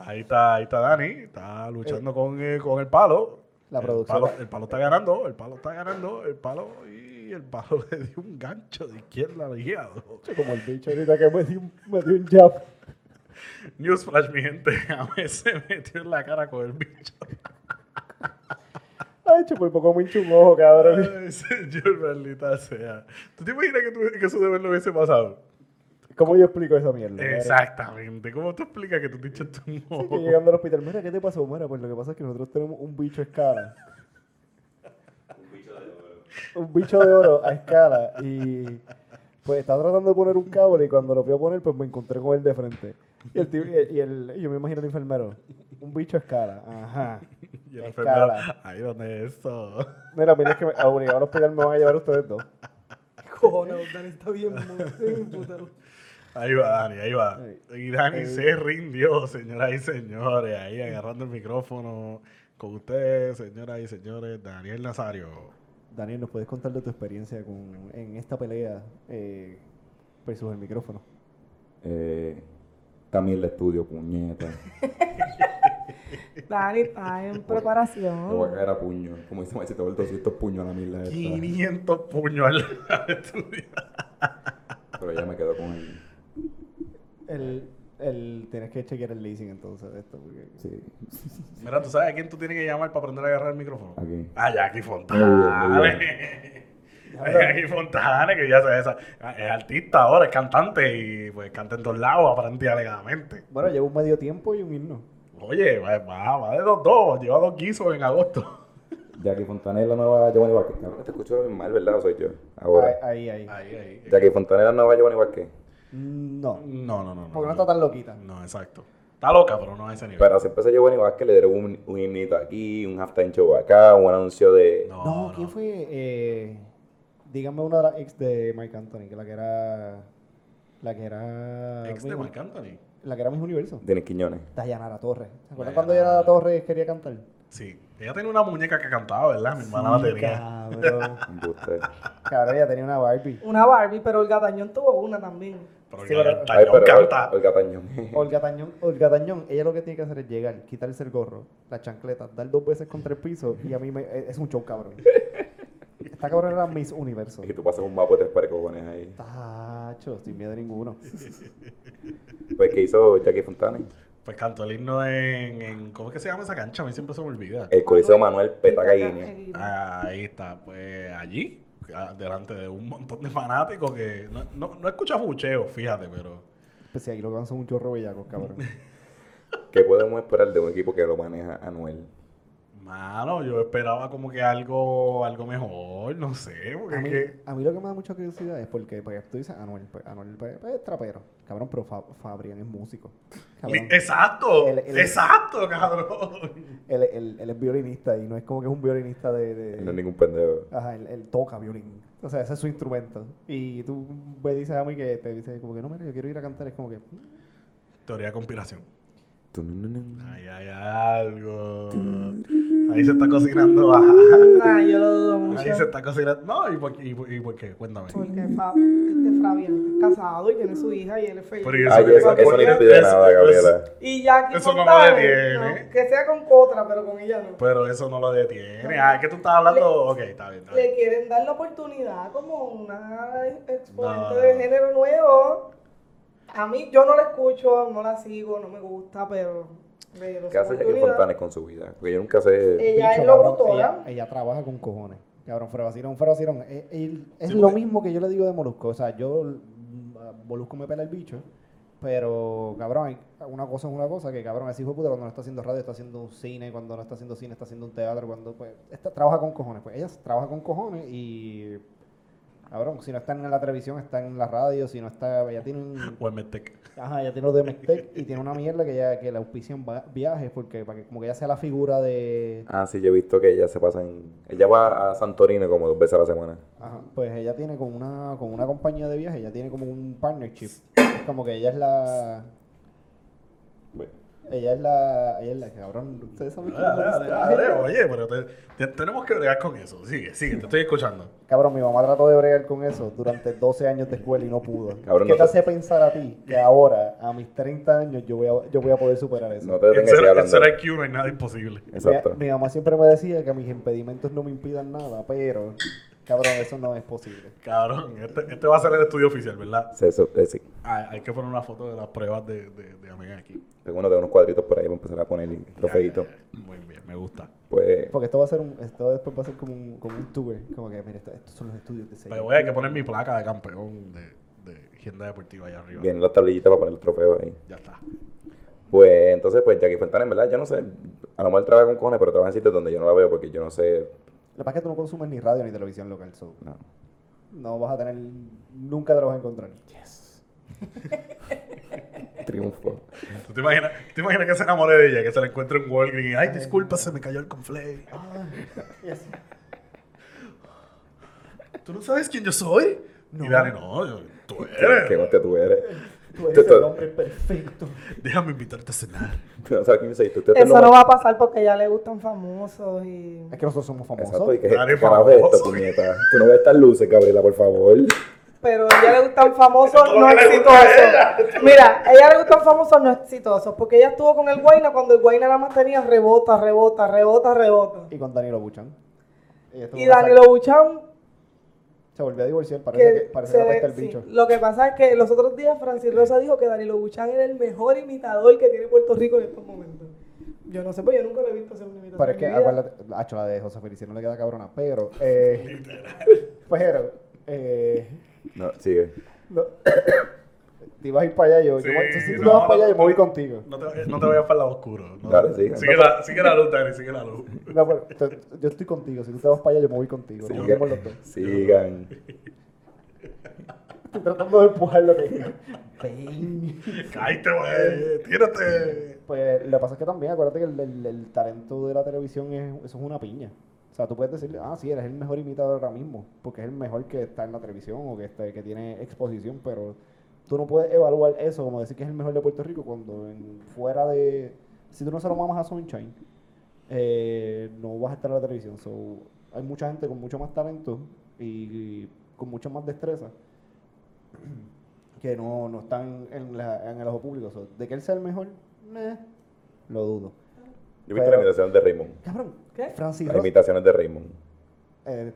S3: Ahí está, ahí está Dani, está luchando con, eh, con el palo.
S4: La
S3: El
S4: producción.
S3: palo- el palo está ganando, el palo está ganando, el palo y el palo le dio un gancho de izquierda al guiado.
S4: Como el bicho ahorita que me dio, un- me dio un jab.
S3: Newsflash, mi gente, a veces metió en la cara con el bicho.
S4: Ay, che, por poco me hincho un ojo, cabrón.
S3: Ay, señor, maldita sea. ¿Tú te imaginas que, tú- que eso de verlo hubiese pasado?
S4: ¿Cómo yo explico esa mierda? cabrón?
S3: Exactamente. ¿Cómo tú explicas que tú te echaste un
S4: Sí, yo
S3: ojo?
S4: llegando al hospital, mira, ¿qué te pasó? Mira, pues lo que pasa es que nosotros tenemos un bicho a escala. un bicho de oro a escala. Y pues estaba tratando de poner un cable y cuando lo fui a poner, pues me encontré con él de frente. Y el tío- y el- y yo me imagino al enfermero. Un bicho a escala. Ajá.
S3: Y el enfermero,
S4: Escala.
S3: ahí donde es eso.
S4: Mira, mira, es que me, obligado al hospital me van a llevar ustedes dos.
S1: Cojones, Dani está bien, muy puto.
S3: Ahí va Dani, ahí va.
S4: Ahí.
S3: Y Dani
S4: Ahí.
S3: se rindió, señoras y señores, ahí agarrando el micrófono con ustedes, señoras y señores, Daniel Nazario.
S4: Daniel, ¿nos puedes contar de tu experiencia con, en esta pelea eh, versus el micrófono?
S2: Eh, también el estudio, puñeta.
S1: Dani está en
S2: Me voy a
S1: preparación.
S2: caer a puño. Como dice Machito, el 200 puños a la mierda esta.
S3: 500 puños al- al estudio.
S2: Pero ya me quedo con él.
S4: El, el, tienes que chequear el leasing entonces de esto. Porque...
S2: Sí.
S3: Mira, ¿tú sabes a quién tú tienes que llamar para aprender a agarrar el micrófono?
S2: ¿A quién?
S3: A Jackie
S2: Muy bien,
S3: Fontane. A Jackie Fontane, que ya se- esa- es artista ahora, es cantante y pues canta en todos lados, aparente y alegadamente.
S4: Bueno, llevo un medio tiempo y un himno.
S3: Oye, va, va, va de los dos, lleva dos guisos en agosto.
S2: Jackie Fontaner, la nueva Giovanni Vázquez. Cabrón, te escucho bien mal, ¿verdad? ¿O soy yo? Ahora.
S4: Ahí, ahí. ahí.
S3: Ahí, ahí.
S2: Jackie Fontaner, la nueva Giovanni Vázquez.
S4: No,
S3: No, no, no.
S4: porque no está tan loquita.
S3: No, exacto. Está loca, pero no a ese nivel.
S2: Para hacer ese Giovanni Vázquez le dieron un, un himnito aquí, un halftime show acá, un anuncio de...
S3: no,
S4: No, ¿quién fue? Eh, dígame una de las ex de Mike Anthony, que la que era... La que era...
S3: Ex de Marc Anthony.
S4: La que era Miss Universo.
S2: Denis Quiñones.
S4: Dayanara Torres. ¿Se
S3: Dayanara.
S4: acuerdan cuando Dayanara Torres quería cantar?
S3: Sí. Ella tenía una muñeca que cantaba, ¿verdad? Mi hermana la
S4: Sí,
S3: tenía.
S4: Cabrón.
S2: Embuste.
S4: cabrón, ella tenía una Barbie.
S1: Una Barbie, pero el gatañón tuvo una también.
S3: Pero
S4: Sí,
S3: que
S4: pero-
S3: Tañón canta.
S2: El, gatañón.
S4: Olga Tañón, Olga Tañón, ella lo que tiene que hacer es llegar, quitarse el gorro, la chancleta, dar dos veces contra el piso y a mí me, es un show cabrón. Esta cabrón era Miss Universo.
S2: Y tú pasas un mapa de tres pares de cojones ahí.
S4: Tacho, sin miedo a ninguno.
S2: Pues, ¿qué hizo Jackie Fontaner?
S3: Pues cantó el himno en, en- ¿Cómo es que se llama esa cancha? A mí siempre se me olvida.
S2: El Coliseo Manuel Petaca Guinea.
S3: Ah. Ahí está, pues allí, ah, delante de un montón de fanáticos que no, no, no escucha bucheo, fíjate, pero
S4: Pues si ahí lo que van son un chorro bellaco, cabrón.
S2: ¿Qué podemos esperar de un equipo que lo maneja Anuel?
S3: mano, yo esperaba como que algo, algo mejor, no sé, porque
S4: A mí,
S3: es que
S4: a mí lo que me da mucha curiosidad es porque, pues, tú dices, Anuel, pues, Anuel pues, pues, es trapero. Cabrón, pero Fa- Fabrián es músico. Cabrón,
S3: Li- Exacto,
S4: El- el-
S3: exacto, cabrón.
S4: él, él- él es violinista y no es como que es un violinista de... de-
S2: No es ningún pendejo.
S4: Ajá, él, él toca violín. O sea, ese es su instrumento. Y tú me dices a mí que te dice como que no, mira, yo quiero ir a cantar. Es como que. mm,
S3: Teoría de conspiración.
S2: Tunununun.
S3: Ahí hay algo. Ahí se está cocinando. ajá.
S1: Ay, Ah, yo lo dudo mucho.
S3: Ahí se está cocinando. No, ¿y por, qué- y por- y por qué? Cuéntame.
S1: Porque Fa- este Fabián es casado y tiene su hija y él es feliz.
S3: Pero y eso
S2: Ay,
S3: que-
S2: eso, eso no impide
S3: Eso-
S2: nada, Gabriela.
S1: Y Jackie
S3: Eso no lo
S1: Fontana,
S3: detiene.
S1: no, que sea con otra, pero con ella no.
S3: Pero eso no lo detiene. Ah, es que tú estás hablando. Ok, está bien. Está bien.
S1: Le quieren dar la oportunidad como una exponente
S3: No.
S1: de género nuevo. A mí, yo no la escucho, no la sigo, no me gusta, pero... le doy
S2: ¿Qué hace Jackie
S1: oportunidad.
S2: Fontanes con su vida? Porque yo nunca sé...
S1: Ella
S4: bicho,
S1: es
S4: cabrón,
S1: locutora.
S4: Ella, ella trabaja con cojones. Cabrón, fuera vacilón, fuera vacilón. Eh, él- Es,
S3: Sí,
S4: lo
S3: porque-
S4: mismo que yo le digo de Molusco. O sea, yo. mm, a Molusco me pela el bicho. Pero, cabrón, hay- una cosa es una cosa. Que, cabrón, ese hijo de puta cuando no está haciendo radio está haciendo un cine. Cuando no está haciendo cine está haciendo un teatro. Cuando, pues. Está, trabaja con cojones. Pues ella trabaja con cojones y. Cabrón, si no están en la televisión, están en la radio, si no está, ya tienen,
S3: O en Metec.
S4: ajá, ya tiene los de Mestec y tiene una mierda que ya que le auspician va- viajes porque para que como que ya sea la figura de
S2: Ah, sí, yo he visto que ella se pasa en... Ella va a Santorini como dos veces a la semana.
S4: Ajá, pues ella tiene con una, con una compañía de viajes, ella tiene como un partnership. Es como que ella es la. Ella es la. Ella es la cabrón. Ustedes saben quién es
S3: Dale,
S4: la
S3: dale,
S4: lista?
S3: dale, Oye, pero te- te- tenemos que bregar con eso. Sigue, sigue, te estoy escuchando.
S4: Cabrón, mi mamá trató de bregar con eso durante 12 años de escuela y no pudo.
S2: Cabrón,
S4: ¿Qué
S2: no
S4: te
S2: te-
S4: hace pensar a ti que ahora, a mis 30 años, yo voy a, yo voy a poder superar eso?
S2: No te
S3: En
S2: detengas
S3: ser,
S2: y
S3: en
S2: hablando.
S3: ser IQ no hay nada imposible.
S2: Exacto.
S4: Mi, mi mamá siempre me decía que mis impedimentos no me impidan nada, pero, cabrón, eso no es posible.
S3: Cabrón, este, este va a ser el estudio oficial, ¿verdad?
S2: Se- eso- eh, sí.
S3: Ah, hay que poner una foto de las pruebas de, de, de Amiga aquí.
S2: Tengo uno de unos cuadritos por ahí para empezar a poner el trofeito.
S3: Muy bien, me gusta.
S2: Pues...
S4: Porque esto va a ser un, esto después va a ser como un, como un tour. Como que, mira, esto- estos son los estudios de
S3: Pero
S4: sello.
S3: voy a que poner mi placa de campeón de, de agenda deportiva allá arriba.
S2: Vienen las tablillitas para poner el trofeo ahí.
S3: Ya está.
S2: Pues entonces, pues Jackie Fontana, en verdad, yo no sé. A lo mejor trabaja con cojones, pero trabaja en sitios donde yo no la veo porque yo no sé.
S4: Lo que pasa es que tú no consumes ni radio ni televisión local, so
S2: No.
S4: no vas a tener, nunca te lo vas a encontrar.
S2: Triunfo.
S3: ¿Tú te imaginas, tú te imaginas que se enamore de ella, que se la encuentre en Walgreens? Ay, disculpa, se me cayó el conflay. ¿Tú no sabes quién yo soy?
S4: No.
S3: Y Dani, no, yo- tú
S2: ¿Qué,
S4: Eh.
S2: qué
S3: eres.
S2: hostia tú eres?
S4: Tú eres
S2: Tú- tú-
S4: el hombre perfecto.
S3: Déjame invitarte a cenar.
S2: Tú no sabes quién soy. Tú, tú- tú
S1: Eso
S2: lo-
S1: no va a pasar porque ya le gustan famosos y...
S4: Es que nosotros somos famosos.
S2: Exacto. ¿Y qué,
S3: Dale,
S2: qué carajo es esto,
S3: famoso.
S2: puñeta? Tú no ves estas luces, Gabriela, por favor.
S1: Pero a ella le gustan famosos
S3: Todo lo
S1: no
S3: que le gusta
S1: exitosos. Mira, a ella le gustan famosos no exitosos porque ella estuvo con el Guayna cuando el Guayna nada más tenía rebota, rebota, rebota, rebota.
S4: Y con Danilo Buchan. Ella estuvo
S1: Y
S4: casada.
S1: Danilo Buchan
S4: Se volvió a divorciar, parece que,
S1: que
S4: parece
S1: se
S4: que
S1: ve-
S4: apesta el
S1: sí.
S4: bicho.
S1: Lo que pasa es que los otros días Francis Rosa dijo que Danilo Buchan era el mejor imitador que tiene Puerto Rico en estos momentos. Yo no sé, pues yo nunca lo he visto hacer un imitador.
S4: Pero es
S1: en
S4: que,
S1: mi vida.
S4: acuérdate, hacho, la de José Felicia no le queda cabrona, pero, eh, pero, eh,
S2: No, sigue.
S4: no- te ibas a ir para allá, yo,
S3: Sí,
S4: yo voy- si tú te
S3: no,
S4: vas para allá, yo me voy
S3: no.
S4: contigo.
S3: No te, no te vayas para el lado oscuro. No.
S2: Dale, sigue.
S3: Sigue, la, sigue la luz, Dani, sigue la luz.
S4: No, pero te- yo estoy contigo, si tú te vas para allá, yo me voy contigo.
S2: Sigue.
S4: Nos vemos los dos.
S2: Sigan.
S4: Estoy tratando de empujar lo que... Ven.
S3: Cállate, güey. Tírate.
S4: Pues lo que pasa es que también, acuérdate que el, el- el talento de la televisión es, eso es una piña. O sea, tú puedes decirle, ah, sí, eres el mejor imitador ahora mismo, porque es el mejor que está en la televisión o que, está, que tiene exposición, pero tú no puedes evaluar eso como decir que es el mejor de Puerto Rico cuando en- fuera de... Si tú no se lo mamas a Sunshine, eh, no vas a estar en la televisión. So, hay mucha gente con mucho más talento y con mucho más destreza que no, no están en, la- en el ojo público. So, de que él sea el mejor, meh, lo dudo.
S2: Yo he
S4: Pero-
S2: visto las imitaciones de Raymond.
S4: Cabrón,
S1: ¿Qué?
S4: Francis
S2: Las
S4: Ross-
S2: imitaciones de Raymond.
S4: eh,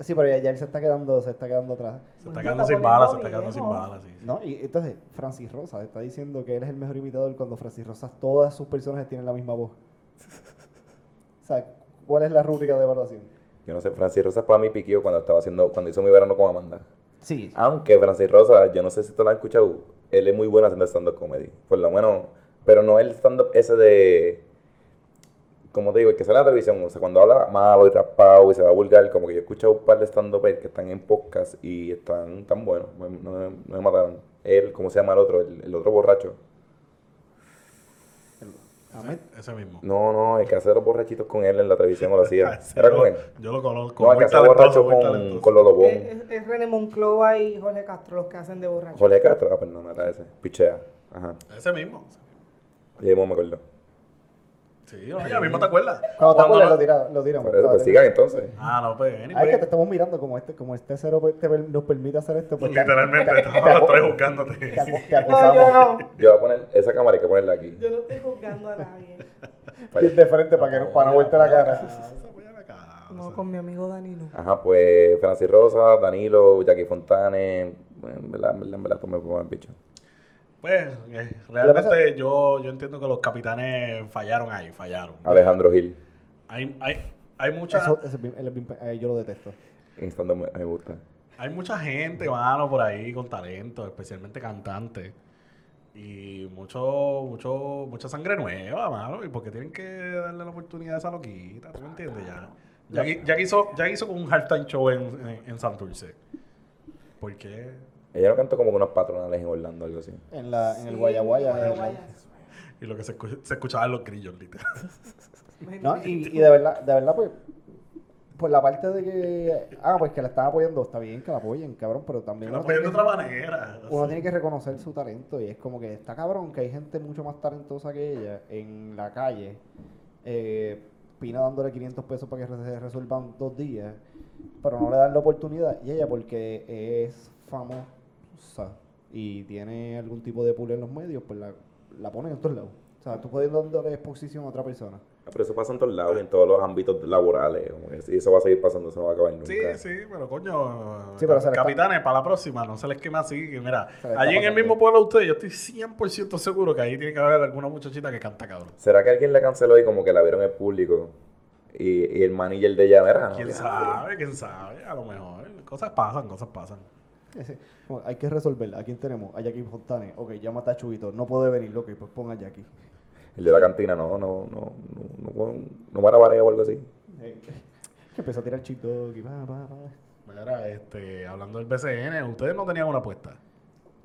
S4: sí, pero ya, ya él se está quedando, se está quedando atrás.
S3: Se está quedando sin balas, se está quedando sin balas. sí, sí.
S4: ¿No? Y entonces, Francis Rosa está diciendo que él es el mejor imitador cuando Francis Rosa, todas sus personajes tienen la misma voz. O sea, ¿cuál es la rúbrica de evaluación?
S2: Yo no sé, Francis Rosa para mí piqueó cuando estaba haciendo, cuando hizo mi verano con Amanda.
S4: Sí.
S2: Aunque Francis Rosa, yo no sé si tú lo has escuchado, él es muy bueno haciendo stand-up comedy. Por lo menos, pero no el stand-up ese de. Como te digo, el que sale a la televisión, o sea, cuando habla malo y raspado y se va a vulgar, como que yo he escuchado un par de stand-up que están en podcast y están tan buenos, no, me- no me- no me mataron. Él, ¿cómo se llama el otro? El, el otro borracho.
S4: Ahmed,
S3: Ese mismo.
S2: No, no, el que hace los borrachitos con él en la televisión o lo hacía. Era
S3: yo,
S2: con él.
S3: yo lo conozco.
S2: No, el
S3: muy
S2: que hace borracho
S3: talentoso, muy
S2: con,
S3: talentoso.
S2: con Lolo Bon.
S3: Eh,
S1: Es, es- es René Monclova y Jorge Castro los que hacen de borracho.
S2: Jorge Castro, ah, pues no, no era ese. Pichea. Ajá.
S3: Ese mismo.
S2: Y ahí mismo me acuerdo.
S3: Sí, ya mismo te acuerdas.
S4: Cuando te acuerdas, lo,
S3: no-
S4: tira- lo tiramos.
S2: Por eso, pues
S4: Cuando te-
S2: sigan entonces.
S3: Ah, no, pues,
S4: Ah, es
S3: anyway.
S4: que te estamos mirando como este, como este cero pues, te- nos permite hacer esto. Pues, te-
S3: Literalmente,
S4: te-
S3: estaba los
S4: te-
S3: tres
S4: te
S3: buscándote.
S4: acu- te
S1: No, yo
S4: acusamos.
S1: no.
S2: Yo voy a poner esa cámara, hay que ponerla aquí.
S1: Yo no estoy juzgando a nadie.
S4: Bien de frente para, que no, para no verte la cara.
S1: No, con mi amigo Danilo.
S2: Ajá, pues Francis Rosa, Danilo, Jackie Fontane. Bueno, en verdad, en verdad, en verdad, pues me pongo el bicho.
S3: Pues, eh,
S4: Lo que pasa-
S3: realmente yo, yo entiendo que los capitanes fallaron ahí, fallaron.
S2: Alejandro Gil.
S3: Hay, hay, hay, mucha,
S4: Eso, eso es bien- él es bien pe- eh, yo lo detesto.
S2: Instando me, me gusta.
S3: hay mucha gente, mano, por ahí con talento, especialmente cantantes. Y mucho, mucho, mucha sangre nueva, mano. ¿Y porque tienen que darle la oportunidad a esa loquita? ¿Tú me entiendes ya? Jackie, Jackie hizo, Jackie hizo como un halftime show en, en, en Santurce. ¿Por qué?
S2: Ella lo cantó como con unos patronales en Orlando, algo así.
S4: En, la, en el Guayaguaya. en el-
S3: Y lo que se, escu- se escuchaban los grillos, literal.
S4: No, y, y de verdad, de verdad, pues, pues la parte de que, ah, pues que la están apoyando, está bien que la apoyen, cabrón, pero también
S3: Lo
S4: uno tiene
S3: apoyan de
S4: que-
S3: otra manera.
S4: uno tiene que reconocer su talento y es como que está cabrón que hay gente mucho más talentosa que ella en la calle, eh, Pina dándole 500 pesos para que se resuelvan dos días, pero no le dan la oportunidad y ella porque es famosa y tiene algún tipo de pool en los medios, pues la, la pone en otros lados. O sea, tú puedes dándole exposición a otra persona.
S2: Ah, Pero eso pasa en todos lados, en todos los ámbitos laborales. Como que sí, eso va a seguir pasando, eso no va a acabar nunca.
S3: Sí, sí, pero coño.
S4: Sí, pero se le está-
S3: capitanes, para la próxima, no se les quema así. Que mira,
S4: Se le está
S3: allí en el
S4: pasando.
S3: mismo pueblo de ustedes, yo estoy 100% seguro que ahí tiene que haber alguna muchachita que canta cabrón.
S2: ¿Será que alguien la canceló y como que la vieron en el público? Y, y el manager de ella, mira, no,
S3: Quién
S2: mira,
S3: sabe, quién sabe. A lo mejor. Cosas pasan, cosas pasan.
S4: Ese- como, hay que resolverla. ¿A quién tenemos? A Jackie Fontane. Ok, llama a Chubito. No puede venir, ok, pues ponga a Jackie.
S2: El de la cantina, no, no, no, no, no, puedo- no va a barea o algo así.
S4: Eh, que empezó a tirar chip dog y pa, pa, pa.
S3: Mira, este, hablando del BCN, ustedes no tenían una apuesta.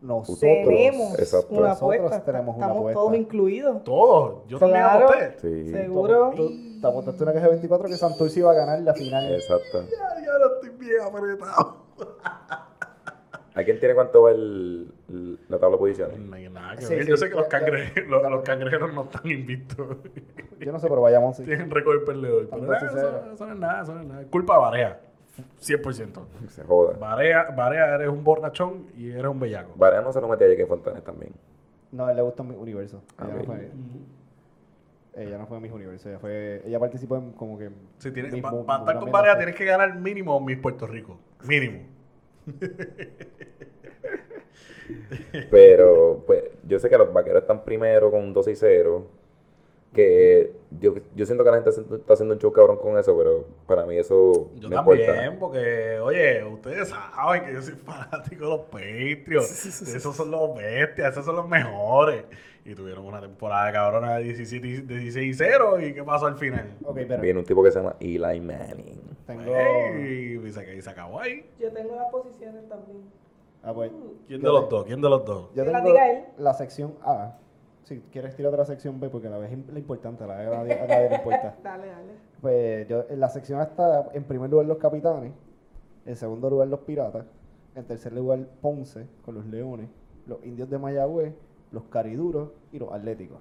S4: Nosotros.
S1: Tenemos
S2: exacto.
S1: una
S4: Nosotros
S1: apuesta.
S4: tenemos una
S1: Estamos
S4: apuesta.
S1: todos incluidos.
S3: Todos. Yo también
S1: Claro.
S3: aposté.
S2: Sí,
S1: Seguro.
S4: Tú- Te apostaste una caja de 24 que Santurce iba a ganar la final.
S2: exacto.
S3: Ya, ya ahora estoy bien apretado.
S2: ¿A quién tiene cuánto va el, el- la tabla de posiciones?
S3: Pues,
S4: Mm.
S3: No hay nada que
S4: Sí,
S3: ver.
S4: sí,
S3: Yo sé que los,
S4: ya, ya.
S3: cangre- los, los cangrejeros no están invictos.
S4: Yo no sé, pero vayamos sí.
S3: Tienen récord perdedor. Pero
S4: Tanto
S3: eh, eso,
S4: sincero.
S3: eso no es nada, eso no es nada. Culpa de Barea. 100%.
S2: Se joda.
S3: Barea, Barea, eres un borrachón y eres un bellaco.
S2: Barea no se lo mete a Jackie Fontanes también.
S4: No, a él le gusta mi universo. Ella,
S2: Ok.
S4: no fue, ella no fue a mis universos. Ella, fue, ella participó en como que.
S3: Si tienes,
S4: Miss
S3: pa-
S4: Mu-
S3: para estar
S4: Mundo
S3: con
S4: Menos,
S3: Barea
S4: sí.
S3: tienes que ganar mínimo Miss Puerto Rico. Mínimo.
S2: Pero, pues, yo sé que los vaqueros están primero con 12 y 0. Que yo, yo siento que la gente hace- está haciendo un show cabrón con eso, pero para mí eso
S3: Yo
S2: no
S3: también,
S2: importa.
S3: porque, oye, ustedes saben que yo soy fanático de los Patriots. Esos son los bestias, esos son los mejores. Y tuvieron una temporada cabrona de 17 y- de 16 y 0. ¿Y qué pasó al final?
S4: Ok, pero.
S2: Viene un tipo que se llama Eli Manning.
S4: Tengo.
S3: Ey, y, se, y se acabó ahí.
S1: Yo tengo las posiciones también.
S4: Ah, pues.
S3: ¿Quién
S4: yo
S3: de los
S4: te-
S3: dos? ¿Quién de los dos?
S4: Yo
S1: Uh, Que la
S4: tengo
S1: diga él.
S4: la sección A. Si quieres, tírate la sección B porque la B es im- la importante. La A nadie, a nadie le importa.
S1: Dale, dale.
S4: Pues yo, en la sección está en primer lugar los capitanes, en segundo lugar los piratas, en tercer lugar Ponce con los leones, los indios de Mayagüez, los cariduros y los atléticos.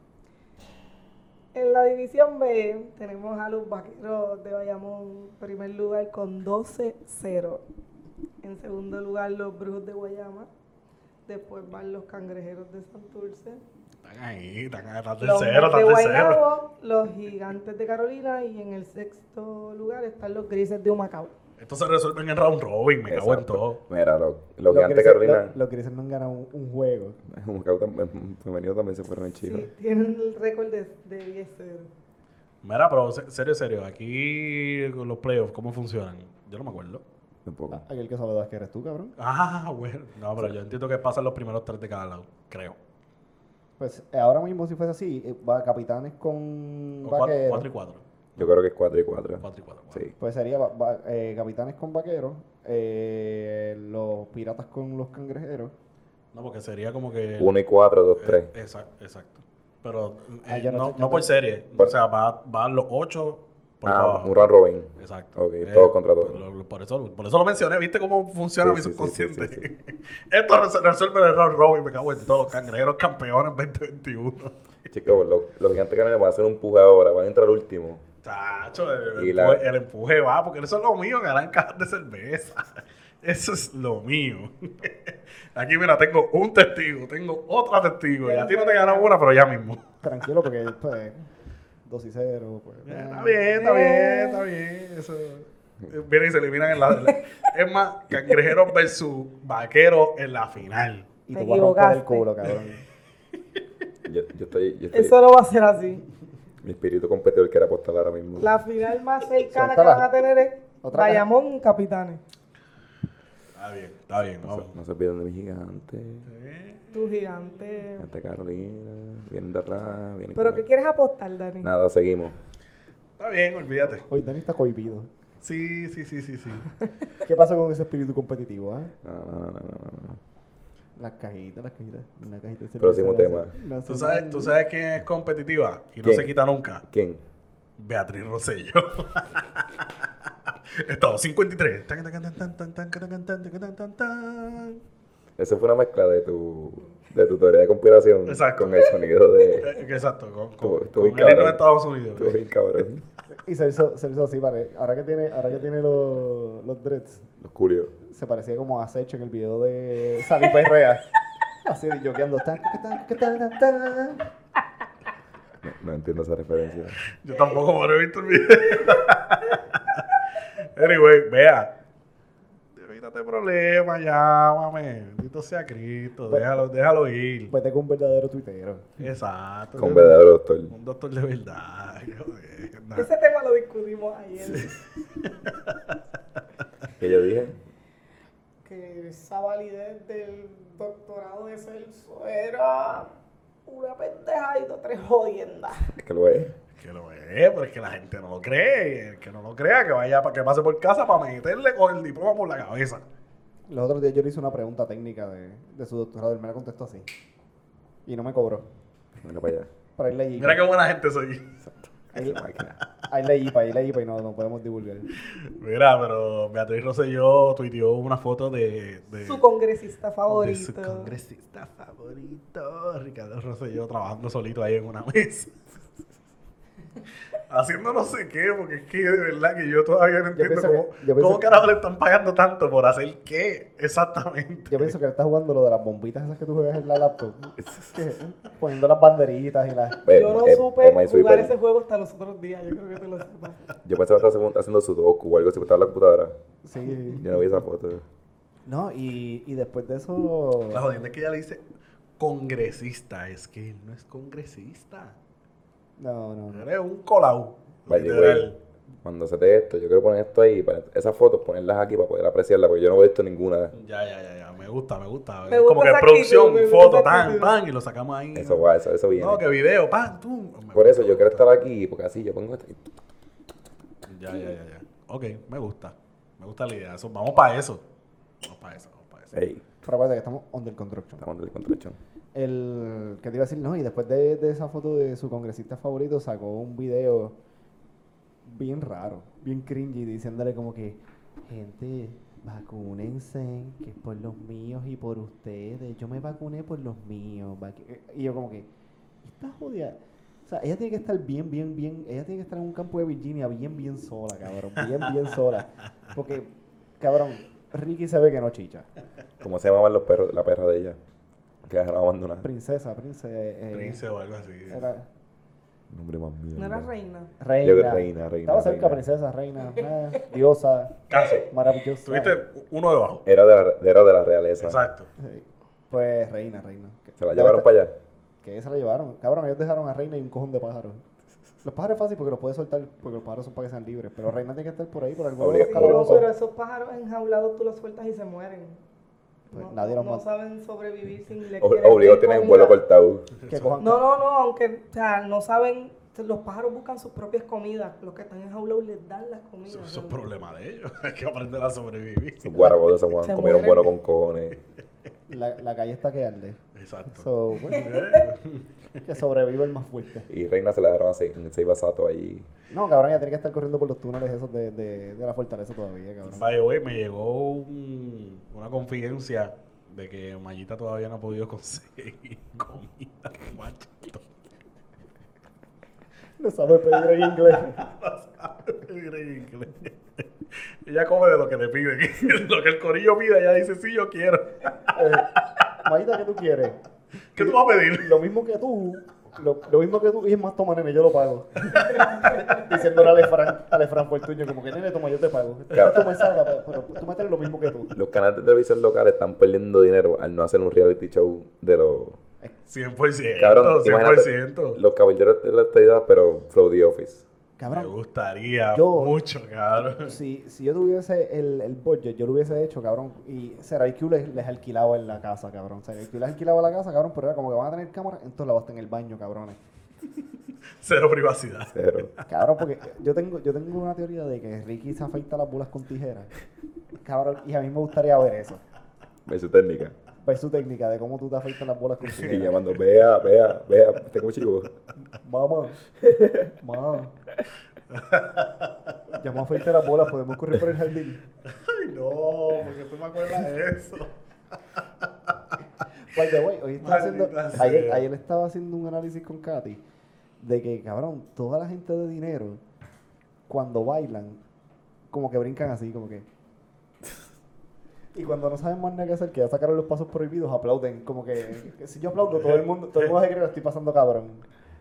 S1: En la división B tenemos a los vaqueros de Bayamón, primer lugar con 12-0. En segundo lugar, los brujos de Guayama. Después van los cangrejeros de Santurce.
S3: Están ahí, están, están
S1: Los Mets
S3: tercero,
S1: de
S3: están tercero.
S1: Guaynabo, los gigantes de Carolina. Y en el sexto lugar están los grises de Humacao.
S3: Esto se resuelve en el round robin, me cago en
S2: Exacto.
S3: todo.
S2: Mira, los los gigantes
S4: grises-
S2: Carolina.
S4: lo- Los grises no han ganado un, un juego.
S2: Humacao también- Femenino también se fueron en Chile.
S1: Sí, tienen el récord de, de 10-0.
S3: Mira, pero se- serio, serio, aquí con los playoffs, ¿cómo funcionan? Yo no me acuerdo.
S2: Tampoco.
S4: Ah, Aquel que sabe das que eres tú, cabrón.
S3: Ah, bueno. No, pero yo entiendo que pasan los primeros tres de cada lado, creo.
S4: Pues eh, ahora mismo si fuese así, eh, va capitanes con
S3: O cuatro,
S4: vaqueros.
S3: cuatro y cuatro.
S2: Yo creo que es 4 y 4.
S3: Cuatro y cuatro. cuatro.
S2: Sí.
S4: Pues sería va- va- eh, capitanes con vaqueros, eh, los piratas con los cangrejeros.
S3: No, porque sería como que.
S2: 1 y 4, 2,
S3: eh,
S2: 3.
S3: exacto, exacto. Pero eh,
S4: Ah, yo no
S3: no,
S4: sé, yo
S3: no por
S4: no-
S3: serie. O
S2: Por-
S3: sea, va- van los ocho por
S2: Ah,
S3: abajo.
S2: un round robin.
S3: Exacto. Eh,
S2: Ok, todos contra todos.
S3: Por, lo- por eso, por eso lo mencioné, ¿viste cómo funciona
S2: Sí,
S3: mi
S2: sí, sí,
S3: subconsciente?
S2: sí, sí,
S3: Esto res- resuelve el error Robin, me cago en todos los cangrejeros campeones 2021.
S2: Chicos, los, los gigantes Carolina van a hacer un puje ahora, van a entrar último.
S3: Chacho, el,
S2: Y
S3: empuje,
S2: la-
S3: el empuje va, porque eso es lo mío, ganar cajas de cerveza. Eso es lo mío. Aquí, mira, tengo un testigo, tengo otra testigo. Y a ti no te ganó una, pero ya mismo.
S4: Tranquilo porque pues 2 y 0. Pues,
S3: Eh,
S4: eh.
S3: Está bien, está bien, está bien. Eso. eh, Vienen y se eliminan en la. en la- es más, cangrejeros versus vaqueros en la final.
S4: Y
S1: Te
S4: te voy a romper el
S1: equivocaste.
S4: culo, cabrón.
S2: Yo, yo estoy, yo estoy-
S1: Eso no va a ser así.
S2: mi espíritu competidor quiere apostar ahora mismo.
S1: La final más cercana que
S4: Suéltala.
S1: van a tener es
S4: Otra caja.
S1: Bayamón Capitanes.
S3: Está bien, está bien,
S2: No,
S3: vamos.
S2: se- no se olviden de mis gigantes.
S3: Eh,
S1: Tu gigante.
S2: Gigantes Carolina. Vienen de atrás. Vienen
S1: ¿Pero
S2: con-
S1: qué quieres apostar, Dani?
S2: Nada, seguimos.
S3: Está bien, olvídate.
S4: Hoy Dani está cohibido.
S3: Sí, sí, sí, sí, sí.
S4: ¿Qué pasa con ese espíritu competitivo? ah?
S2: No, no, no, no, no, no.
S4: Las cajitas, las cajitas. Una cajita de cerveza
S2: Próximo
S4: la
S2: tema.
S4: hace- la
S3: ¿Tú
S4: hace-
S3: sabes, ¿Tú sabes quién es competitiva y no
S2: ¿Quién?
S3: se quita nunca?
S2: ¿Quién?
S3: Beatriz Rosselló. Estado 53. Tan, tan, tan, tan, tan, tan, tan, tan, tan, tan, tan, tan.
S2: Esa fue una mezcla de tu, de tu teoría de conspiración
S3: Exacto.
S2: con el sonido de...
S3: Eh, Exacto, con,
S2: Estuvo-
S3: con,
S2: estuvo
S3: con
S2: bien
S3: el himno
S2: cabrón.
S3: de Estados Unidos.
S2: Estuvo bien cabrón.
S4: Y se hizo, se hizo así, pare- ahora que tiene, ahora que tiene los, los dreads,
S2: Los curios.
S4: se parecía como a Acecho en el video de Sally Perrea. Así yoqueando. Tan, tan, tan, tan, tan.
S2: No, no entiendo esa referencia.
S3: Yo tampoco me lo he visto el video. anyway, vea. Evítate problemas, llámame. Bendito sea Cristo. Déjalo, déjalo ir.
S4: Vete con Pues un verdadero tuitero.
S3: Exacto.
S2: Con verdadero doctor.
S3: Un doctor de verdad. Joder, no.
S1: Ese tema lo discutimos ayer.
S2: ¿Qué yo dije?
S1: Que esa validez del doctorado de Celso era una pendeja y dos, tres jodiendas.
S2: Es que lo es.
S3: Que lo es, pero es que la gente no lo cree. y El que no lo crea, que vaya para que pase por casa para meterle con el diploma por la cabeza.
S4: Los otros días yo le hice una pregunta técnica de, de su doctorado. Él me la contestó así. Y no me cobró.
S2: Mira para allá.
S4: Para irle allí.
S3: Mira qué buena gente soy.
S4: Ahí ahí la IPA, ahí la IPA y no, no podemos divulgar.
S3: Mira, pero Beatriz Rosselló tuiteó una foto de, de,
S1: Su congresista
S3: de
S1: favorito.
S3: su congresista favorito, Ricardo Rosselló, trabajando solito ahí en una mesa. Haciendo no sé qué, porque es que de verdad que yo todavía no entiendo
S4: pienso
S3: cómo,
S4: que- yo
S3: cómo
S4: pienso-
S3: carajo le están pagando tanto por hacer qué exactamente.
S4: Yo pienso que él está jugando lo de las bombitas esas que tú juegas en la laptop. Que- Poniendo las banderitas y las...
S2: Ve,
S1: Yo no
S2: eh,
S1: supe
S2: eh, my
S1: jugar
S2: sweeper.
S1: ese juego hasta los otros días. Yo creo que te lo supe.
S2: Yo pensaba que estaba haciendo- haciendo sudoku o algo así, porque estaba en la computadora.
S4: Sí.
S2: Yo no vi esa foto.
S4: No, y, y después de eso...
S3: La jodienda es que ella le dice congresista, es que él no es congresista.
S4: No, no, no.
S3: Eres un colau.
S2: By the
S3: literal.
S2: way, cuando se te esto, yo quiero poner esto ahí, para esas fotos, ponerlas aquí para poder apreciarlas, porque yo no he visto ninguna.
S3: Ya, ya, ya, ya, me gusta, me gusta.
S1: Me
S3: Es
S1: gusta
S3: Como que
S1: esa
S3: producción,
S1: actitud, me
S3: foto,
S1: gusta esa
S3: tan,
S1: actitud.
S3: pan, y lo sacamos ahí.
S2: Eso va, eso, eso viene.
S3: No, que video, pan, tú. Me
S2: Por eso
S3: gusta,
S2: yo
S3: me
S2: quiero
S3: gusta.
S2: estar aquí, porque así yo pongo esto. y-
S3: Ya, ya, ya, ya. Ok, me gusta. Me gusta la idea. Eso, vamos para eso. Vamos para eso, vamos para eso.
S2: Ey,
S4: Pero acuérdate que estamos under construction.
S2: estamos en el contrachón.
S4: El que te iba a decir, no, y después de, de esa foto de su congresista favorito, sacó un video bien raro, bien cringy, diciéndole como que, gente, vacúnense, que es por los míos y por ustedes. Yo me vacuné por los míos. vacu- Y yo como que, está jodida. O sea, ella tiene que estar bien, bien, bien, ella tiene que estar en un campo de Virginia bien, bien sola, cabrón, bien, bien sola. Porque, cabrón, Ricky se ve que no chicha.
S2: ¿Cómo se llamaban los perros, la perra de ella? Que la dejaron abandonada.
S4: Princesa, princesa. eh,
S3: Prince o algo así.
S4: era-
S2: Nombre más mío.
S1: No era reina.
S4: Reina.
S2: Yo creo que reina, reina,
S4: Estaba cerca,
S2: reina.
S4: princesa, reina, eh, diosa,
S3: Casi.
S4: maravillosa.
S3: Tuviste uno debajo.
S2: Era de la, era de la realeza.
S3: Exacto.
S4: Sí. Pues reina, reina.
S2: Se la llevaron para allá.
S4: Que se la llevaron. Cabrón, ellos dejaron a reina y un cojón de pájaros. Los pájaros es fácil porque los puedes soltar, porque los pájaros son para que sean libres. Pero reina tiene que estar por ahí, por algún
S2: Obligado.
S4: lugar.
S1: Sí,
S2: Calabozos.
S1: pero esos pájaros enjaulados tú los sueltas y se mueren.
S4: Pues
S1: no,
S4: nadie los
S1: no
S4: mata.
S1: saben sobrevivir sin le quieren
S2: Ob- Obligado
S1: dar
S2: tienen
S1: comida.
S2: vuelo cortado.
S4: Que cojan
S1: No, no, no, aunque o sea, no saben, los pájaros buscan sus propias comidas. Los que están enjaulados les dan las comidas.
S3: Eso eso es problema de ellos. Hay que aprender a sobrevivir.
S2: Sus guarabotas se van
S1: Se
S2: comieron
S1: mueren.
S2: vuelo con cojones.
S4: la, la calle está que arde.
S3: Exacto. Eh,
S4: So, bueno, que sobrevive el más fuerte.
S2: Y Reina se la dejaron así, en seis basato allí.
S4: No, cabrón, ya tiene que estar corriendo por los túneles esos de, de, de la fortaleza todavía, cabrón.
S3: pues, By the way, me llegó un- una confidencia de que Mayita todavía no ha podido conseguir comida. Macho.
S4: No sabe pedir en inglés.
S3: ella come de lo que le piden. lo que el corillo pide, ella dice, sí, yo quiero.
S4: Eh, Maíta, ¿qué tú quieres?
S3: ¿Qué tú vas a pedir?
S4: Lo mismo que tú, lo, lo mismo que tú, y es más, toma, nene, yo lo pago. Diciéndole a Alefran, a Alefran Fortuño, como que, nene, toma, yo te pago.
S2: Claro.
S4: Toma esa, pero- pero tú me traes lo mismo que tú.
S2: Los canales de televisión locales están perdiendo dinero al no hacer un reality show de los.
S3: 100%,
S2: Cabrón, imagínate,
S3: 100%.
S2: los caballeros de la estadidad, pero Flow the Office.
S3: Me
S4: Cabrón,
S3: gustaría
S4: Yo-
S3: mucho, cabrón.
S4: si, si yo tuviese el, el budget, yo lo hubiese hecho, cabrón. Y Seray Q les, les alquilaba en la casa, cabrón. Seray Q les alquilaba la casa, cabrón, pero era como que van a tener cámara, entonces la vas a tener en el baño, cabrones.
S3: Cero privacidad.
S2: Cero.
S4: Cabrón, porque yo tengo, yo tengo una teoría de que Ricky se afeita las bolas con tijeras. Cabrón, y a mí me gustaría ver eso.
S2: Ve su técnica.
S4: Ver su técnica de cómo tú te afeitas las bolas con
S2: Y
S4: tijeras.
S2: llamando, vea, vea, vea, tengo un chico.
S4: Mamá. Mamá. Ya me afeité las bolas, podemos correr por el jardín.
S3: Ay, no, porque tú me acuerdas de eso.
S4: By the way, hoy estaba haciendo,
S3: Maldita sea.
S4: ayer, ayer estaba haciendo un análisis con Katy de que, cabrón, toda la gente de dinero, cuando bailan, como que brincan así, como que. Y cuando no saben más nada que hacer, que ya sacaron los pasos prohibidos, aplauden. Como que, que si yo aplaudo, todo el mundo, todo el mundo se cree que lo estoy pasando cabrón.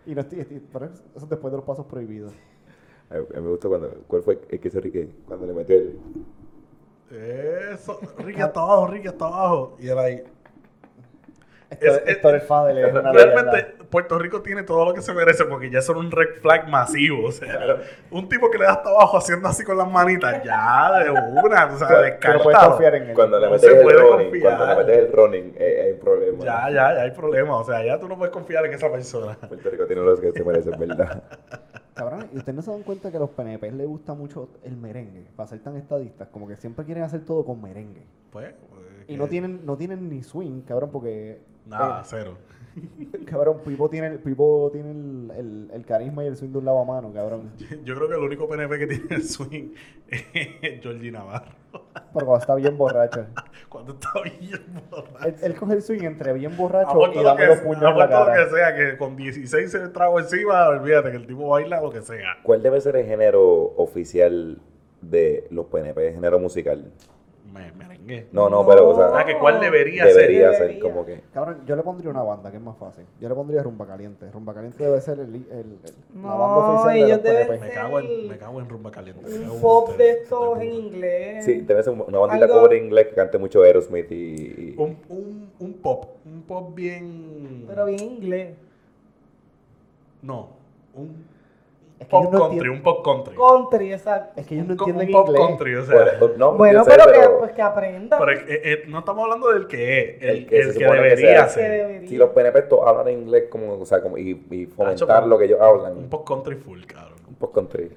S4: Y no estoy, estoy- pero eso es después de los pasos prohibidos.
S2: A mí me gustó cuando. ¿Cuál fue el que hizo Ricky? Cuando le metió el.
S3: Eso, Ricky hasta abajo, Ricky hasta abajo. Y él ahí.
S4: Esto
S3: Es-
S4: es,
S3: es-
S4: esto es Fadel, es una leyenda.
S3: Realmente, Puerto Rico tiene todo lo que se merece porque ya son un red flag masivo. O sea, un tipo que le da hasta abajo haciendo así con las manitas, ya de una, o sea,
S4: Tú no puedes
S3: descartado.
S4: confiar en él.
S2: Cuando le
S3: No
S2: metes
S3: se
S2: el
S3: puede
S2: running.
S3: confiar.
S2: Cuando le metes el running, eh, hay un problema.
S3: Ya, ya, ya hay problemas. O sea, ya tú no puedes confiar en esa persona.
S2: Puerto Rico tiene los que se merecen, ¿verdad?
S4: Cabrón, ¿y ustedes no se dan cuenta que a los PNP les gusta mucho el merengue? Para ser tan estadistas, como que siempre quieren hacer todo con merengue.
S3: Pues,
S4: Y
S3: eh,
S4: no tienen, no tienen ni swing, cabrón, porque...
S3: Nada, cero.
S4: eh, cabrón, Pipo tiene, el, Pipo tiene el, el- el carisma y el swing de un lavamano, cabrón.
S3: Yo creo que el único PNP que tiene el swing es Georgie Navarro.
S4: Pero cuando está bien borracho.
S3: Cuando está bien borracho.
S4: Él, él coge el swing entre bien borracho
S3: Apuesto
S4: y
S3: lo,
S4: dame
S3: que,
S4: los puños en la
S3: apuesto lo que
S4: cara.
S3: sea, que con 16 se le trago encima, olvídate que el tipo baila lo que sea.
S2: ¿Cuál debe ser el género oficial de los PNP? ¿Género musical?
S3: Me merengue.
S2: No, no, pero, o
S3: Ah,
S2: sea.
S3: que cuál debería, Eh,
S2: Debería
S1: ser.
S2: ser como que.
S4: Cabrón, yo le pondría una banda, que es más fácil. Yo le pondría Rumba Caliente. Rumba Caliente debe ser el, el- el- la
S1: No,
S4: banda oficial de
S1: ellos
S4: los
S1: deben
S3: ser.
S4: PNP.
S3: Me cago en, me cago en rumba caliente. me cago
S1: Un
S3: en
S1: pop
S3: ustedes,
S1: de estos
S3: puta.
S1: en inglés.
S2: Sí, debe ser una bandita
S1: Algo-
S2: cover inglés que cante mucho Aerosmith y. y-
S3: Un, un, un pop. Un pop bien.
S1: Pero bien inglés.
S3: No. Un
S4: Es que
S3: pop
S4: ellos no
S3: country,
S4: entienden-
S3: un pop country.
S1: Country, exacto.
S4: Es que ellos no
S3: Un co- un
S4: entienden
S3: pop
S4: inglés.
S3: country, o sea.
S2: Bueno, no, yo
S1: Bueno,
S2: sé,
S1: pero, que, pues que aprendan.
S3: Pero es- es- es- no estamos hablando del que es, el,
S2: El que se
S3: el que
S2: supone que
S3: debería
S2: sea.
S1: que
S3: ser.
S1: debería.
S2: Si los PNP to- hablan en inglés como, o sea, como, y, y
S3: Tacho,
S2: fomentar
S3: pero-
S2: lo que ellos hablan,
S3: Un
S2: un
S3: pop country full, cabrón.
S2: poco country.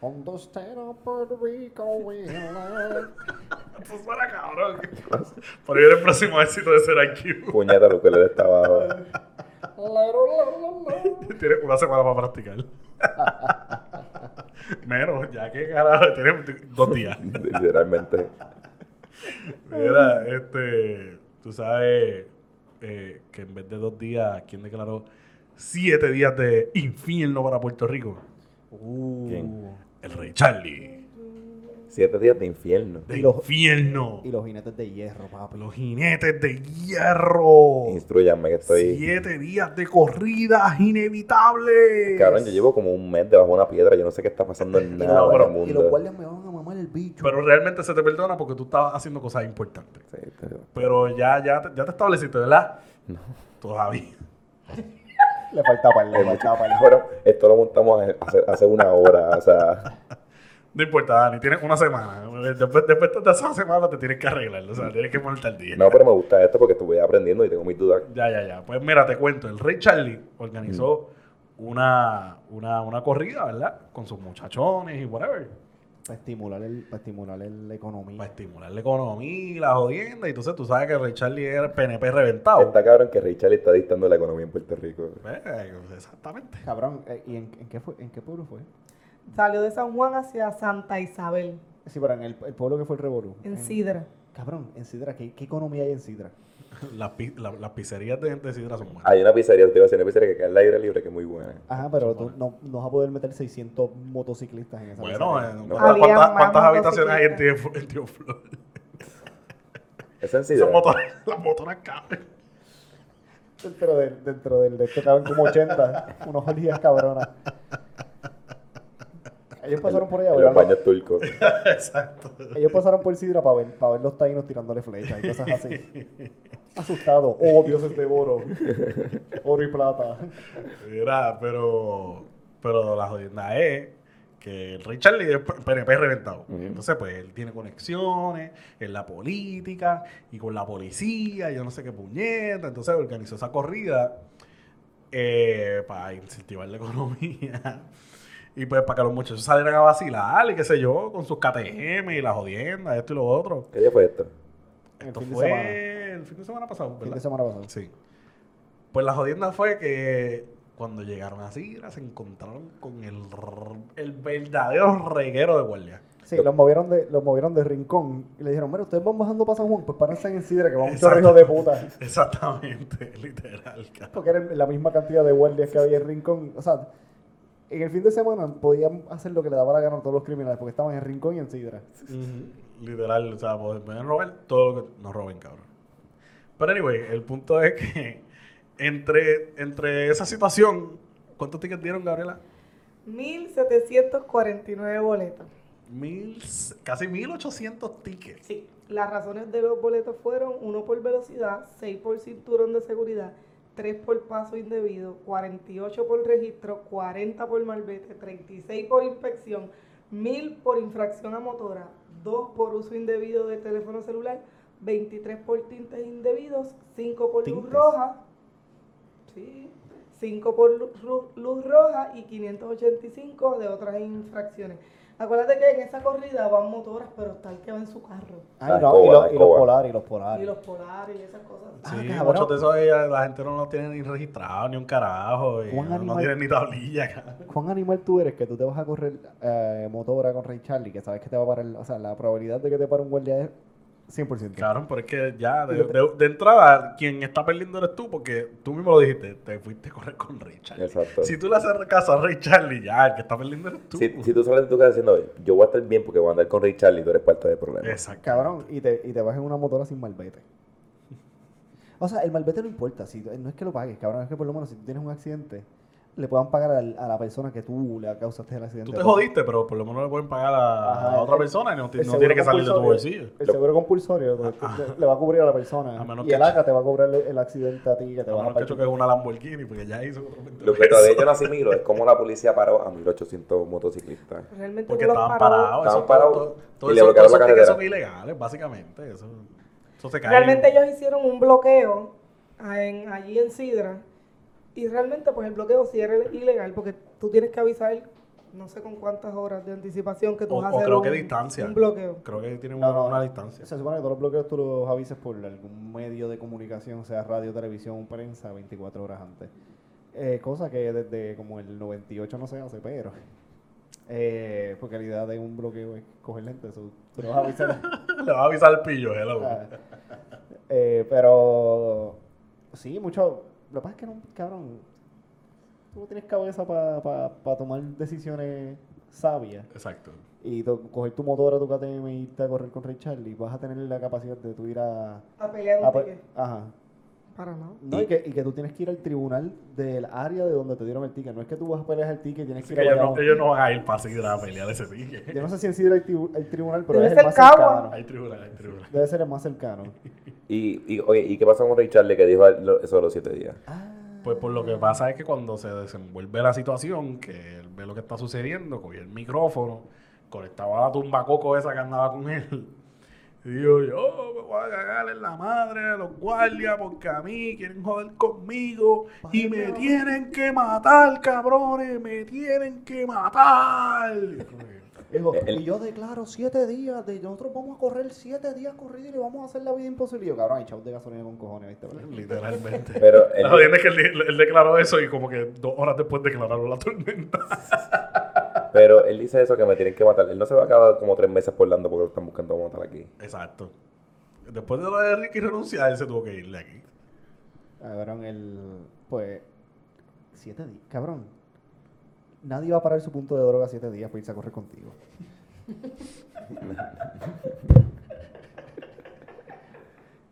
S4: On the state of Puerto Rico, we love.
S3: Eso suena cabrón. Por ahí viene el próximo éxito de ser IQ.
S2: Puñeta, lo que le estaba.
S4: La, la, la, la.
S3: Tiene una semana para practicar. Menos, ya que carajo, tiene dos días.
S2: Literalmente.
S3: Mira, este, tú sabes eh, que en vez de dos días, ¿quién declaró siete días de infierno para Puerto Rico?
S2: ¿Quién?
S3: El rey Charlie.
S2: Siete días de infierno.
S3: De
S4: Y los-
S3: infierno.
S4: Y los jinetes de hierro, papi.
S3: Los jinetes de hierro.
S2: Instruyanme que estoy.
S3: Oh, Siete días de corridas inevitables.
S2: Cabrón, yo llevo como un mes debajo de una piedra. Yo no sé qué está pasando en
S3: No,
S2: nada en
S3: pero-
S2: el
S4: Y los
S2: mundo.
S4: guardias me van a mamar el bicho.
S3: Pero realmente se te perdona porque tú estabas haciendo cosas importantes.
S2: Sí, pero-
S3: Pero ya, ya, te- ya te estableciste, ¿verdad?
S2: No.
S3: Todavía.
S4: Le faltaba el, le faltaba el.
S2: Bueno, pues esto lo montamos hace, hace una hora. O sea,
S3: No importa, Dani, tienes una semana. Después, después de esa semana te tienes que arreglar, o sea, tienes que ponerte al día.
S2: Mm. no, pero me gusta esto porque estuve aprendiendo y tengo mis dudas.
S3: Ya, ya, ya. Pues mira, te cuento, el Rey Charlie organizó
S2: Mm.
S3: una, una, una corrida, ¿verdad? Con sus muchachones y whatever.
S4: Para estimular, el, para estimular el- la
S3: Para
S4: economía.
S3: estimular la economía, y la jodienda. Y entonces tú sabes que el Rey Charlie era el PNP reventado.
S2: Está cabrón que Richard está dictando la economía en Puerto Rico.
S3: Eh, exactamente.
S4: Cabrón, eh, ¿y en, en qué fue, en qué pueblo fue?
S1: Salió de San Juan hacia Santa Isabel,
S4: Sí, pero en el, el pueblo que fue el Revolú.
S1: en Sidra.
S4: Cabrón, en Sidra, ¿qué, qué economía hay en Sidra?
S3: Las, pi- la- las pizzerías de, de Sidra son buenas.
S2: Hay una pizzería, te iba a decir, una pizzería que queda al aire libre que es muy buena.
S4: Ajá, pero tú no, no vas a poder meter 600 motociclistas en esa
S3: Bueno,
S4: pizzería.
S3: eh,
S2: No.
S3: ¿cuántas,
S1: Habían
S3: cuántas-
S1: más
S3: cuántas habitaciones hay en Tío,
S1: motocicletas.
S3: en Tío Flor?
S2: Esa en sí.
S3: Son motoras, las motoras caben.
S4: Dentro, del- dentro del de este caben como 80. unos olías cabronas. Ellos pasaron por allá,
S2: En
S4: ¿verdad?
S2: los baños turcos.
S3: Exacto.
S4: Ellos pasaron por Sidra para ver, para ver los taínos tirándole flechas y cosas así. Asustado. Oh, dioses de oro. Oro y plata.
S3: Mira, pero, pero la jodienda es que el Ray Charlie es P- PNP reventado.
S2: Ujú.
S3: Entonces, pues él tiene conexiones en la política y con la policía, y yo no sé qué puñeta. Entonces organizó esa corrida eh, para incentivar la economía. Y pues para que los muchachos salieran a vacilar y qué sé yo, con sus KTM y las jodiendas, esto y lo otro.
S2: ¿Qué día fue esto?
S4: El
S3: Esto
S4: fin de
S3: fue
S4: semana.
S3: el fin de semana pasado,
S4: Fin
S3: ¿verdad?
S4: de semana pasado.
S3: Sí. Pues la jodienda fue que cuando llegaron a Sidra se encontraron con el, r- el verdadero reguero de guardia.
S4: Sí, los movieron, de, los movieron de rincón y le dijeron, mira, ustedes van bajando para San Juan, pues párense en Sidra que va mucho
S3: Exacto.
S4: riesgo de puta.
S3: Exactamente, literal. ca-
S4: Porque eran la misma cantidad de guardias que había en rincón. O sea, en el fin de semana podían hacer lo que le daba la gana a todos los criminales porque estaban en rincón y en Sidra.
S3: Literal, o sea, pues, pueden robar todo lo que nos roben, cabrón. Pero anyway, el punto es que entre, entre esa situación, ¿cuántos tickets dieron, Gabriela?
S1: 1749 boletos.
S3: Mil, casi 1800 tickets.
S1: Sí. Las razones de los boletos fueron uno por velocidad, 6 por cinturón de seguridad, 3 por paso indebido, 48 por registro, 40 por malvete, 36 por inspección, 1000 por infracción a motora, 2 por uso indebido de teléfono celular, 23 por tintes indebidos, 5 por luz
S4: Tintes.
S1: roja, sí, 5 por lu- ru- luz roja y 585 de otras infracciones. Acuérdate que en esa corrida van motoras, pero está el que va en su carro.
S4: Ah,
S2: La
S4: y, no,
S2: escoba,
S4: y,
S2: la
S4: los, y los
S2: escoba.
S4: polares, y los
S1: Y
S4: polares.
S1: los polares y esas cosas.
S4: Ah,
S3: Sí,
S4: cabrón.
S3: muchos de esos ella- la gente no los tiene ni registrados, ni un carajo, y
S4: ¿Cuán
S3: no, no
S4: animal-
S3: tienen ni tablilla. cabrón.
S4: ¿Cuán animal tú eres que tú te vas a correr eh, motora con Ray Charlie que sabes que te va a parar? O sea, la probabilidad de que te pare un guardia es 100%.
S3: Cabrón, pero es que ya, de, de- de entrada, quien está perdiendo eres tú, porque tú mismo lo dijiste, te fuiste a correr con Richard.
S2: Exacto.
S3: Si tú le haces caso a Richard, ya, el que está perdiendo eres tú.
S2: Si, si tú sales de tu casa diciendo, yo voy a estar bien porque voy a andar con Ray Charlie, tú eres parte del problema.
S3: Exacto.
S4: Cabrón, y te, y te vas en una motora sin malvete. O sea, el malvete no importa, si, no es que lo pagues, cabrón, es que por lo menos si tú tienes un accidente, le puedan pagar al- a, la persona que tú le causaste el accidente.
S3: Tú te jodiste, pero por lo menos le pueden pagar a,
S4: pues. Ajá,
S3: a otra
S4: el-
S3: persona y no, ti-
S4: el
S3: no
S4: seguro
S3: tiene que salir de tu
S4: compulsorio.
S3: bolsillo.
S4: El seguro compulsorio pues, tú- le, le va a cubrir a la persona.
S3: Ah, A menos
S4: y
S3: que
S4: el
S3: cho-
S4: ACA te va a cobrar el, el accidente a ti que te
S3: A
S4: va a
S3: menos que choque
S4: pagar.
S3: con una Lamborghini, porque ya hizo otro 20
S2: Lo que todavía
S3: pesos.
S2: yo no asimilo es cómo la policía paró a 1800 motociclistas.
S1: Realmente
S3: Porque
S1: tú los
S3: estaban
S1: parabas.
S3: parados.
S2: Estaban
S3: eso-
S2: parados
S3: todo-
S2: y
S3: todo
S2: le
S3: eso-
S2: bloquearon
S3: todos
S2: la
S3: esos tickets
S2: carretera.
S3: son ilegales, básicamente. Eso, eso se cae.
S1: Realmente ellos hicieron un bloqueo ah, en- allí en Sidra y realmente pues el bloqueo sí era ilegal porque tú tienes que avisar no sé con cuántas horas de anticipación que tú
S3: O-
S1: vas a
S3: o
S1: hacer
S3: creo
S1: un,
S3: que distancia.
S1: un bloqueo.
S3: Creo que tienen
S4: No,
S3: una,
S4: no,
S3: una
S4: no.
S3: distancia.
S4: Se supone que todos los bloqueos tú los avisas por algún medio de comunicación, sea radio, televisión, prensa, 24 horas antes. Eh, cosa que desde como el 98 no se hace, pero... eh, porque la idea de un bloqueo es coger lentes, tú tú le vas a avisar.
S3: Le va a avisar al pillo, hello.
S4: Ah, eh, pero sí, mucho. Lo que pasa es que no, cabrón. Tú no tienes cabeza para tomar decisiones sabias.
S3: Exacto.
S4: Y to- coger tu motora, tu KTM y irte a correr con Ray Charlie, vas a tener la capacidad de tú ir a.
S1: A pelear un
S4: a-
S1: ticket.
S4: ajá.
S1: Para nada.
S4: No, y, que, y que tú tienes que ir al tribunal del área de donde te dieron el ticket. No es que tú vas a pelear el ticket y tienes que
S3: Así
S4: ir
S3: que ellos
S4: a
S3: no,
S4: Bayamón.
S3: ellos no van a ir para Sidra a pelear ese ticket.
S4: Yo no sé si en Sidra hay tribu- hay tribunal, pero
S1: Debe
S4: es el
S1: ser
S4: más
S1: Cagua.
S4: cercano.
S3: Hay tribunal, hay tribunal.
S4: Debe ser el más cercano.
S2: Y, y, oye, ¿y qué pasa con Ray Charlie que dijo al- lo- eso de los 7 días?
S4: Ah.
S3: Pues por lo que pasa es que cuando se desenvuelve la situación, que él ve lo que está sucediendo, cogió el micrófono, conectaba la tumba coco esa que andaba con él. Y dijo, yo me voy a cagar en la madre de los guardias porque a mí quieren joder conmigo y me tienen que matar, cabrones, me tienen que matar.
S4: Dijo,
S2: El-
S4: y yo declaro siete días, de, nosotros vamos a correr siete días corridos y le vamos a hacer la vida imposible. Y yo, cabrón, hay chavos de gasolina con cojones, ¿viste?
S3: Literalmente.
S2: Pero
S3: La
S2: él,
S3: jodienda es que él, él declaró eso y como que dos horas después declararon la tormenta.
S2: pero él dice eso que me tienen que matar. Él no se va a quedar como tres meses por Lando porque lo están buscando matar aquí.
S3: Exacto. Después de lo de Ricky renunciar, él se tuvo que ir de aquí.
S4: Cabrón, el... Pues... Siete días, cabrón. Nadie va a parar su punto de droga siete días para irse a correr contigo.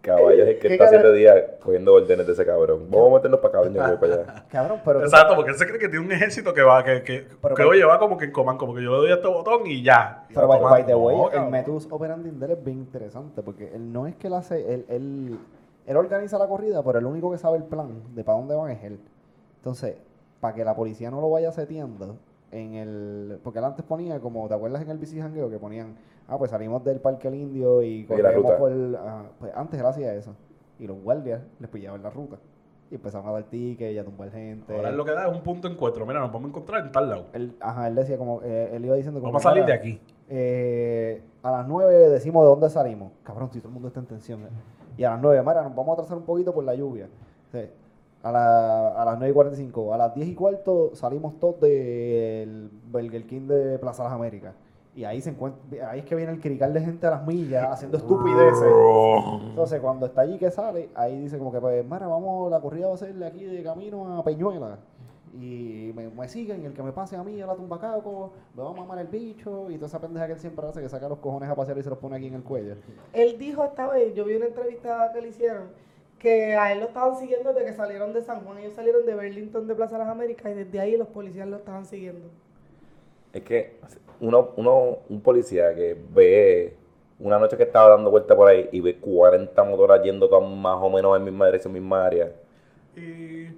S2: Caballo es el que
S4: ¿Qué
S2: está
S4: cabrón?
S2: 7 días cogiendo órdenes de ese cabrón. Vamos a meternos para acá, yo voy para allá.
S4: Cabrón, pero... tú-
S3: Exacto, porque él se cree que tiene un ejército que va, que, que,
S4: Pero
S3: que
S4: by-
S3: oye, va como que en comán, como que yo le doy a este botón y ya. Y
S4: Pero
S3: va
S4: by, by the
S3: tomando.
S4: way,
S3: No,
S4: el
S3: cabrón.
S4: metus operandi de él es bien interesante porque él no es que él hace... Él, él, él organiza la corrida, pero el único que sabe el plan de para dónde van es él. Entonces, para que la policía no lo vaya seteando en el... Porque él antes ponía, como te acuerdas en el bici jangueo, que ponían, ah, pues salimos del Parque El Indio y
S2: la
S4: corremos
S2: ruta.
S4: por... ah, pues antes él hacía eso. Y los guardias les pillaban la ruta. Y empezaron a dar tickets y a tumbar gente.
S3: Ahora lo que da es un punto de encuentro. Mira, nos vamos a encontrar en tal lado.
S4: Él, ajá, él decía como, eh, él iba diciendo como...
S3: Vamos a salir de
S4: "Mira,
S3: aquí.
S4: eh, a las 9 decimos de dónde salimos. Cabrón, si todo el mundo está en tensión. eh. Y a las 9, Mara, nos vamos a atrasar un poquito por la lluvia. Sí. A, la- a las 9 y 45. A las 10 y cuarto salimos todos del Burger King de Plaza Las Américas. Y ahí, se encuentra, ahí es que viene el crical de gente a las millas haciendo estupideces. Entonces, cuando está allí que sale, ahí dice como que, pues, mara, vamos, la corrida va a ser de aquí de camino a Peñuela. Y me, me siguen, y el que me pase a mí, a la tumbacaco, me va a mamar el bicho, y toda esa pendeja que él siempre hace, que saca los cojones a pasear y se los pone aquí en el cuello.
S1: Él dijo esta vez, yo vi una entrevista que le hicieron, que a él lo estaban siguiendo desde que salieron de San Juan. Ellos salieron de Burlington de Plaza de las Américas y desde ahí los policías lo estaban siguiendo.
S2: Es que uno, uno, un policía que ve una noche que estaba dando vuelta por ahí y ve 40 motoras yendo todas más o menos en misma dirección, misma área.
S3: Eh,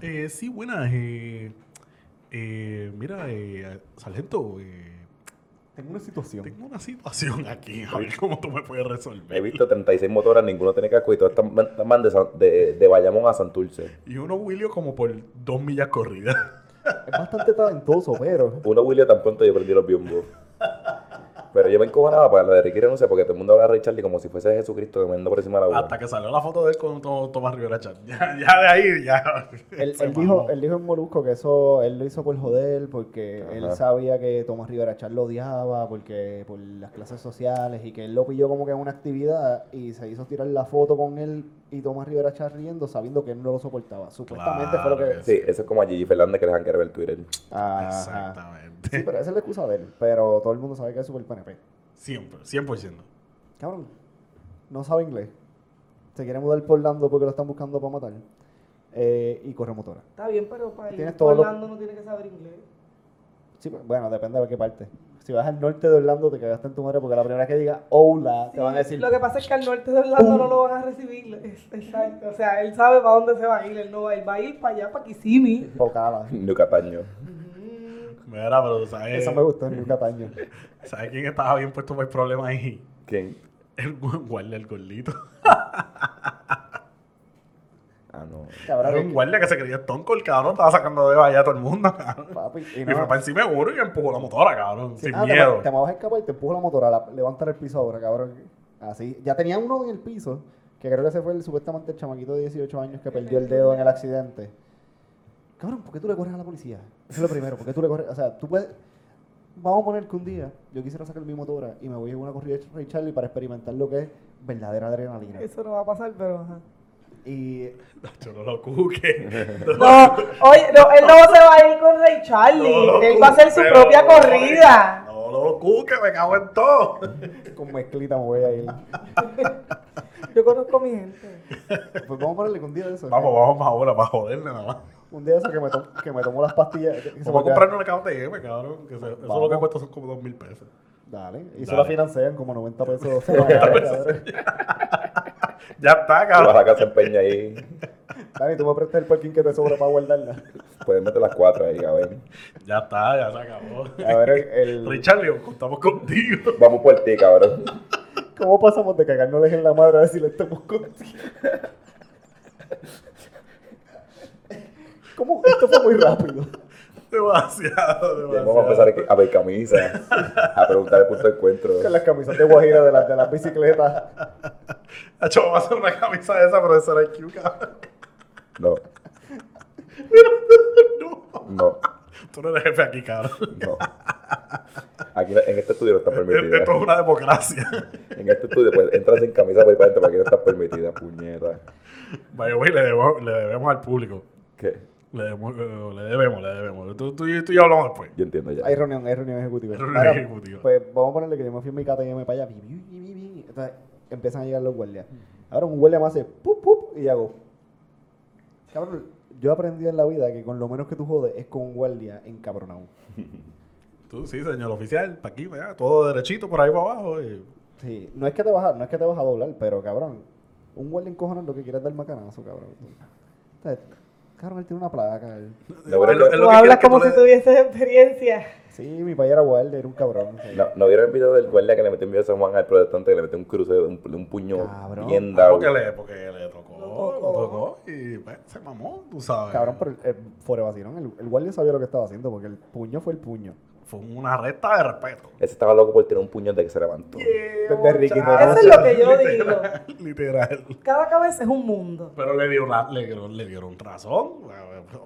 S3: eh, sí, buenas. eh, eh, mira, eh, sargento, eh,
S4: Tengo una situación.
S3: tengo una situación aquí. A ver cómo tú me puedes resolver.
S2: He visto 36 motoras, ninguno tiene casco y todas están están más de, San- de, de Bayamón a Santurce.
S3: Y uno Willio como por dos millas corridas.
S4: Es bastante talentoso, pero...
S2: Uno William tan pronto yo perdí los biombos. Pero yo me encojonaba para lo de Ricky Renuncia porque todo el mundo habla de Ray Charlie como si fuese Jesucristo caminando por encima de la boca.
S3: Hasta que salió la foto de él con to- Tomás Rivera Chat. Ya, ya de ahí, ya.
S4: Él,
S3: se
S4: él, dijo,
S3: mamó.
S4: él dijo en Molusco que eso él lo hizo por joder, porque él
S2: Ajá.
S4: sabía que Tomás Rivera Char lo odiaba, porque por las clases sociales, y que él lo pilló como que en una actividad y se hizo tirar la foto con él y Tomás Rivera Char riendo, sabiendo que él no lo soportaba. Supuestamente fue lo
S3: Claro
S4: que.
S3: que
S2: Sí, eso es como a Gigi Fernández que le dejan que ver el Twitter.
S4: Ajá.
S3: Exactamente.
S4: Sí, pero esa es la excusa de él. Pero todo el mundo sabe que es super PNP.
S3: Siempre, 100%.
S4: Cabrón, no sabe inglés. Se quiere mudar por Orlando porque lo están buscando para matar. Eh, y corre motora.
S1: Está bien, pero para ir
S4: Tienes
S1: por
S4: todo lo-
S1: Orlando no tiene que saber inglés.
S4: Sí, pero, bueno, depende de qué parte. Si vas al norte de Orlando, te cagaste en tu madre porque la primera vez que diga hola, te van a
S1: Sí,
S4: decir.
S1: Lo que pasa es que al norte de Orlando no lo van a recibir. Es- Exacto. O sea, él sabe para dónde se va a ir. Él no va a ir. Va a ir para allá, para Kissimmee.
S4: Pocala.
S2: New Cataño.
S1: Mm,
S3: Mira, pero ¿sabes,
S4: Eso me gustó, New Cataño.
S3: ¿sabes quién estaba bien puesto para el problema ahí?
S2: ¿Quién?
S3: El gu- guardia, el gordito.
S2: Ah, no.
S4: Cabrón,
S3: Era un guardia que se creía tonco, el cabrón estaba sacando de vaya a todo el mundo, cabrón.
S4: papi.
S3: Y
S4: Y
S3: fue
S4: no,
S3: para encima de uno y empujó la motora, cabrón.
S4: Sí,
S3: sin
S4: ah, te
S3: miedo.
S4: va- Te, me vas a escapar y te empujo la motora, la, levantar el piso ahora, cabrón. Así. Ya tenía uno en el piso, que creo que ese fue el, supuestamente el chamaquito de 18 años que perdió
S3: Este.
S4: el dedo en el accidente. Cabrón, ¿por qué tú le corres a la policía? Eso es lo primero, ¿por qué tú le corres? O sea, tú puedes... Vamos a poner que un día yo quisiera sacar mi motora y me voy a una corrida de Ray Charlie para experimentar lo que es verdadera adrenalina.
S1: Eso no va a pasar, pero ajá.
S4: Y
S3: Yo no lo cuque.
S1: No, oye, no, él no se va a ir con Ray Charlie.
S3: No lo
S1: él va a hacer su
S3: cuque,
S1: propia
S3: no lo
S1: corrida.
S3: cuque. No lo cuque, me cago en todo.
S4: con mezclita me voy a ir.
S1: Yo conozco a mi gente.
S4: Pues vamos a ponerle que un día de eso.
S3: Vamos, vamos más ahora, para joderle nada más.
S4: Un día de eso que me, to- que me tomo las pastillas. que se me
S3: Vamos a
S4: queda-
S3: comprarnos una caja de M, cabrón. Que se- eso es lo que
S4: Vamos.
S3: cuesta son como dos mil pesos.
S4: Dale. Y se
S3: Dale.
S4: la financian como 90 pesos. semanales, cabrón.
S3: Ya está,
S2: Tú Vas
S3: cabrón.
S2: a casa en Peña ahí.
S4: Dani, tú me prestas el parking que te sobra para guardarla.
S2: Puedes meter las cuatro ahí, cabrón.
S3: Ya está, ya se acabó.
S4: A ver, el, el-
S3: Richard, Leo, contamos contigo.
S2: Vamos por ti, cabrón.
S4: ¿cómo pasamos de cagárnosles en la madre a decirle estamos contigo? ¿Cómo? Esto fue muy rápido.
S3: Demasiado,
S2: Vamos a
S3: demasiado.
S2: empezar aquí a ver camisas, a preguntar el punto de encuentro.
S4: Con las camisas de Guajira de las de las bicicletas.
S3: Hacho, vamos a hacer una camisa de esa, pero de SRQ, cabrón.
S2: No,
S3: No,
S2: no,
S3: tú no eres jefe aquí, cabrón.
S2: no. Aquí no- en este estudio no está permitida.
S3: Esto es una democracia.
S2: En este estudio, pues entras sin camisa por ahí para adentro, porque no está permitida, puñeta.
S3: Vaya, güey, le debemos, le debemos al público.
S2: ¿Qué?
S3: Le debemos, eh, le debemos, le debemos. Tú, tú, y- tú y yo hablamos después.
S2: Yo entiendo ya.
S4: Hay reunión, hay reunión ejecutiva.
S3: Reunión
S4: Ahora,
S3: ejecutiva.
S4: Pues vamos a ponerle que yo me fui en mi KTM para allá. bi, bi, bi, bi, bi. Entonces empiezan a llegar los guardias. Ahora un guardia me hace pup, pup y hago. Cabrón, yo aprendí en la vida que con lo menos que tú jodes es con un guardia encabronado.
S3: Tú, sí, señor oficial, para aquí, para allá, todo derechito, por ahí para abajo. y-
S4: Sí, no es que te vas a, no es que te vas a doblar, pero cabrón, un guardia encojonado lo que quieres dar macanazo, cabrón. O sea, cabrón, él tiene una placa. él-
S2: No, pero es lo-
S3: Es lo
S1: Tú
S3: que
S1: hablas
S3: quiero que
S1: como
S3: tú
S1: si
S3: le-
S1: tuvieses experiencia.
S4: Sí, mi país era guardia, era un cabrón. sí.
S2: No, ¿no vieron el video del guardia que le metió un video a San Juan al protestante que le metió un cruce de un, de un puño
S4: Cabrón.
S2: bien
S3: Ah,
S2: dado?
S3: porque, le, porque le tocó, le
S1: tocó.
S3: tocó y pues, se mamó, tú sabes.
S4: Cabrón, pero el, el- fuera de vacilón, el, el guardia sabía lo que estaba haciendo porque el puño fue el puño.
S3: Fue una recta de respeto.
S2: Ese estaba loco por tener un puño de que se levantó.
S4: De Ricky
S1: Eso es lo que yo digo.
S3: Literal.
S1: Cada cabeza es un mundo.
S3: Pero le dio la- le, dieron- le dieron razón.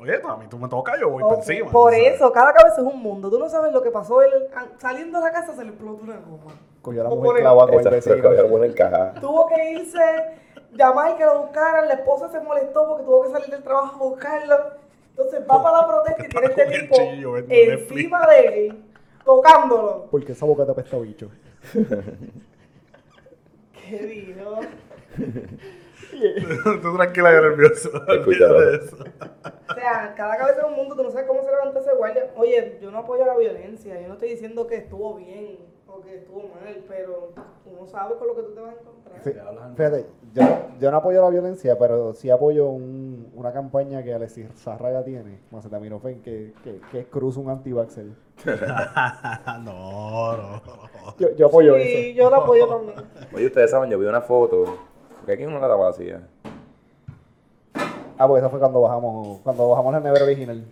S3: Oye, a mí tú me tocas, yo voy
S1: Ok,
S3: por encima.
S1: por
S3: tú sabes.
S1: eso, cada cabeza es un mundo. Tú no sabes lo que pasó. él, a- saliendo de la casa se le explotó una goma.
S4: Cogió a la
S1: O
S4: mujer
S1: por el-
S4: clavada con el
S2: Exacto, que había
S4: vecino.
S2: bueno en caja.
S1: Tuvo que irse, llamar que lo buscaran. La esposa se molestó porque tuvo que salir del trabajo a buscarlo. Entonces va para la protesta y tiene
S3: Está
S1: este
S3: con el
S1: tipo
S3: chillo, viendo
S1: encima de él, tocándolo.
S4: Porque esa boca te apesta a bicho.
S1: Qué digo.
S3: tú tranquila y nervioso.
S2: Escúchalo.
S3: olvídate de eso.
S1: O sea, cada cabeza es un mundo. Tú no sabes cómo se levanta ese guardia. Oye, yo no apoyo la violencia. Yo no estoy diciendo que estuvo bien o que estuvo mal, pero tú no sabes con lo que tú te vas a encontrar.
S4: Fí- Fíjate, yo, no- yo no apoyo la violencia, pero sí apoyo un- una campaña que Alexis Sarraga tiene, Macetaminofen, que, que, que es Cruz un anti-vaxxer.
S3: Ah, no, no, no.
S4: Yo, yo apoyo eso.
S1: Sí, yo lo apoyo también.
S2: Oye, ustedes saben, yo vi una foto. Porque aquí no la daba vacía.
S4: Ah, pues esa fue cuando bajamos, cuando bajamos la nevera original.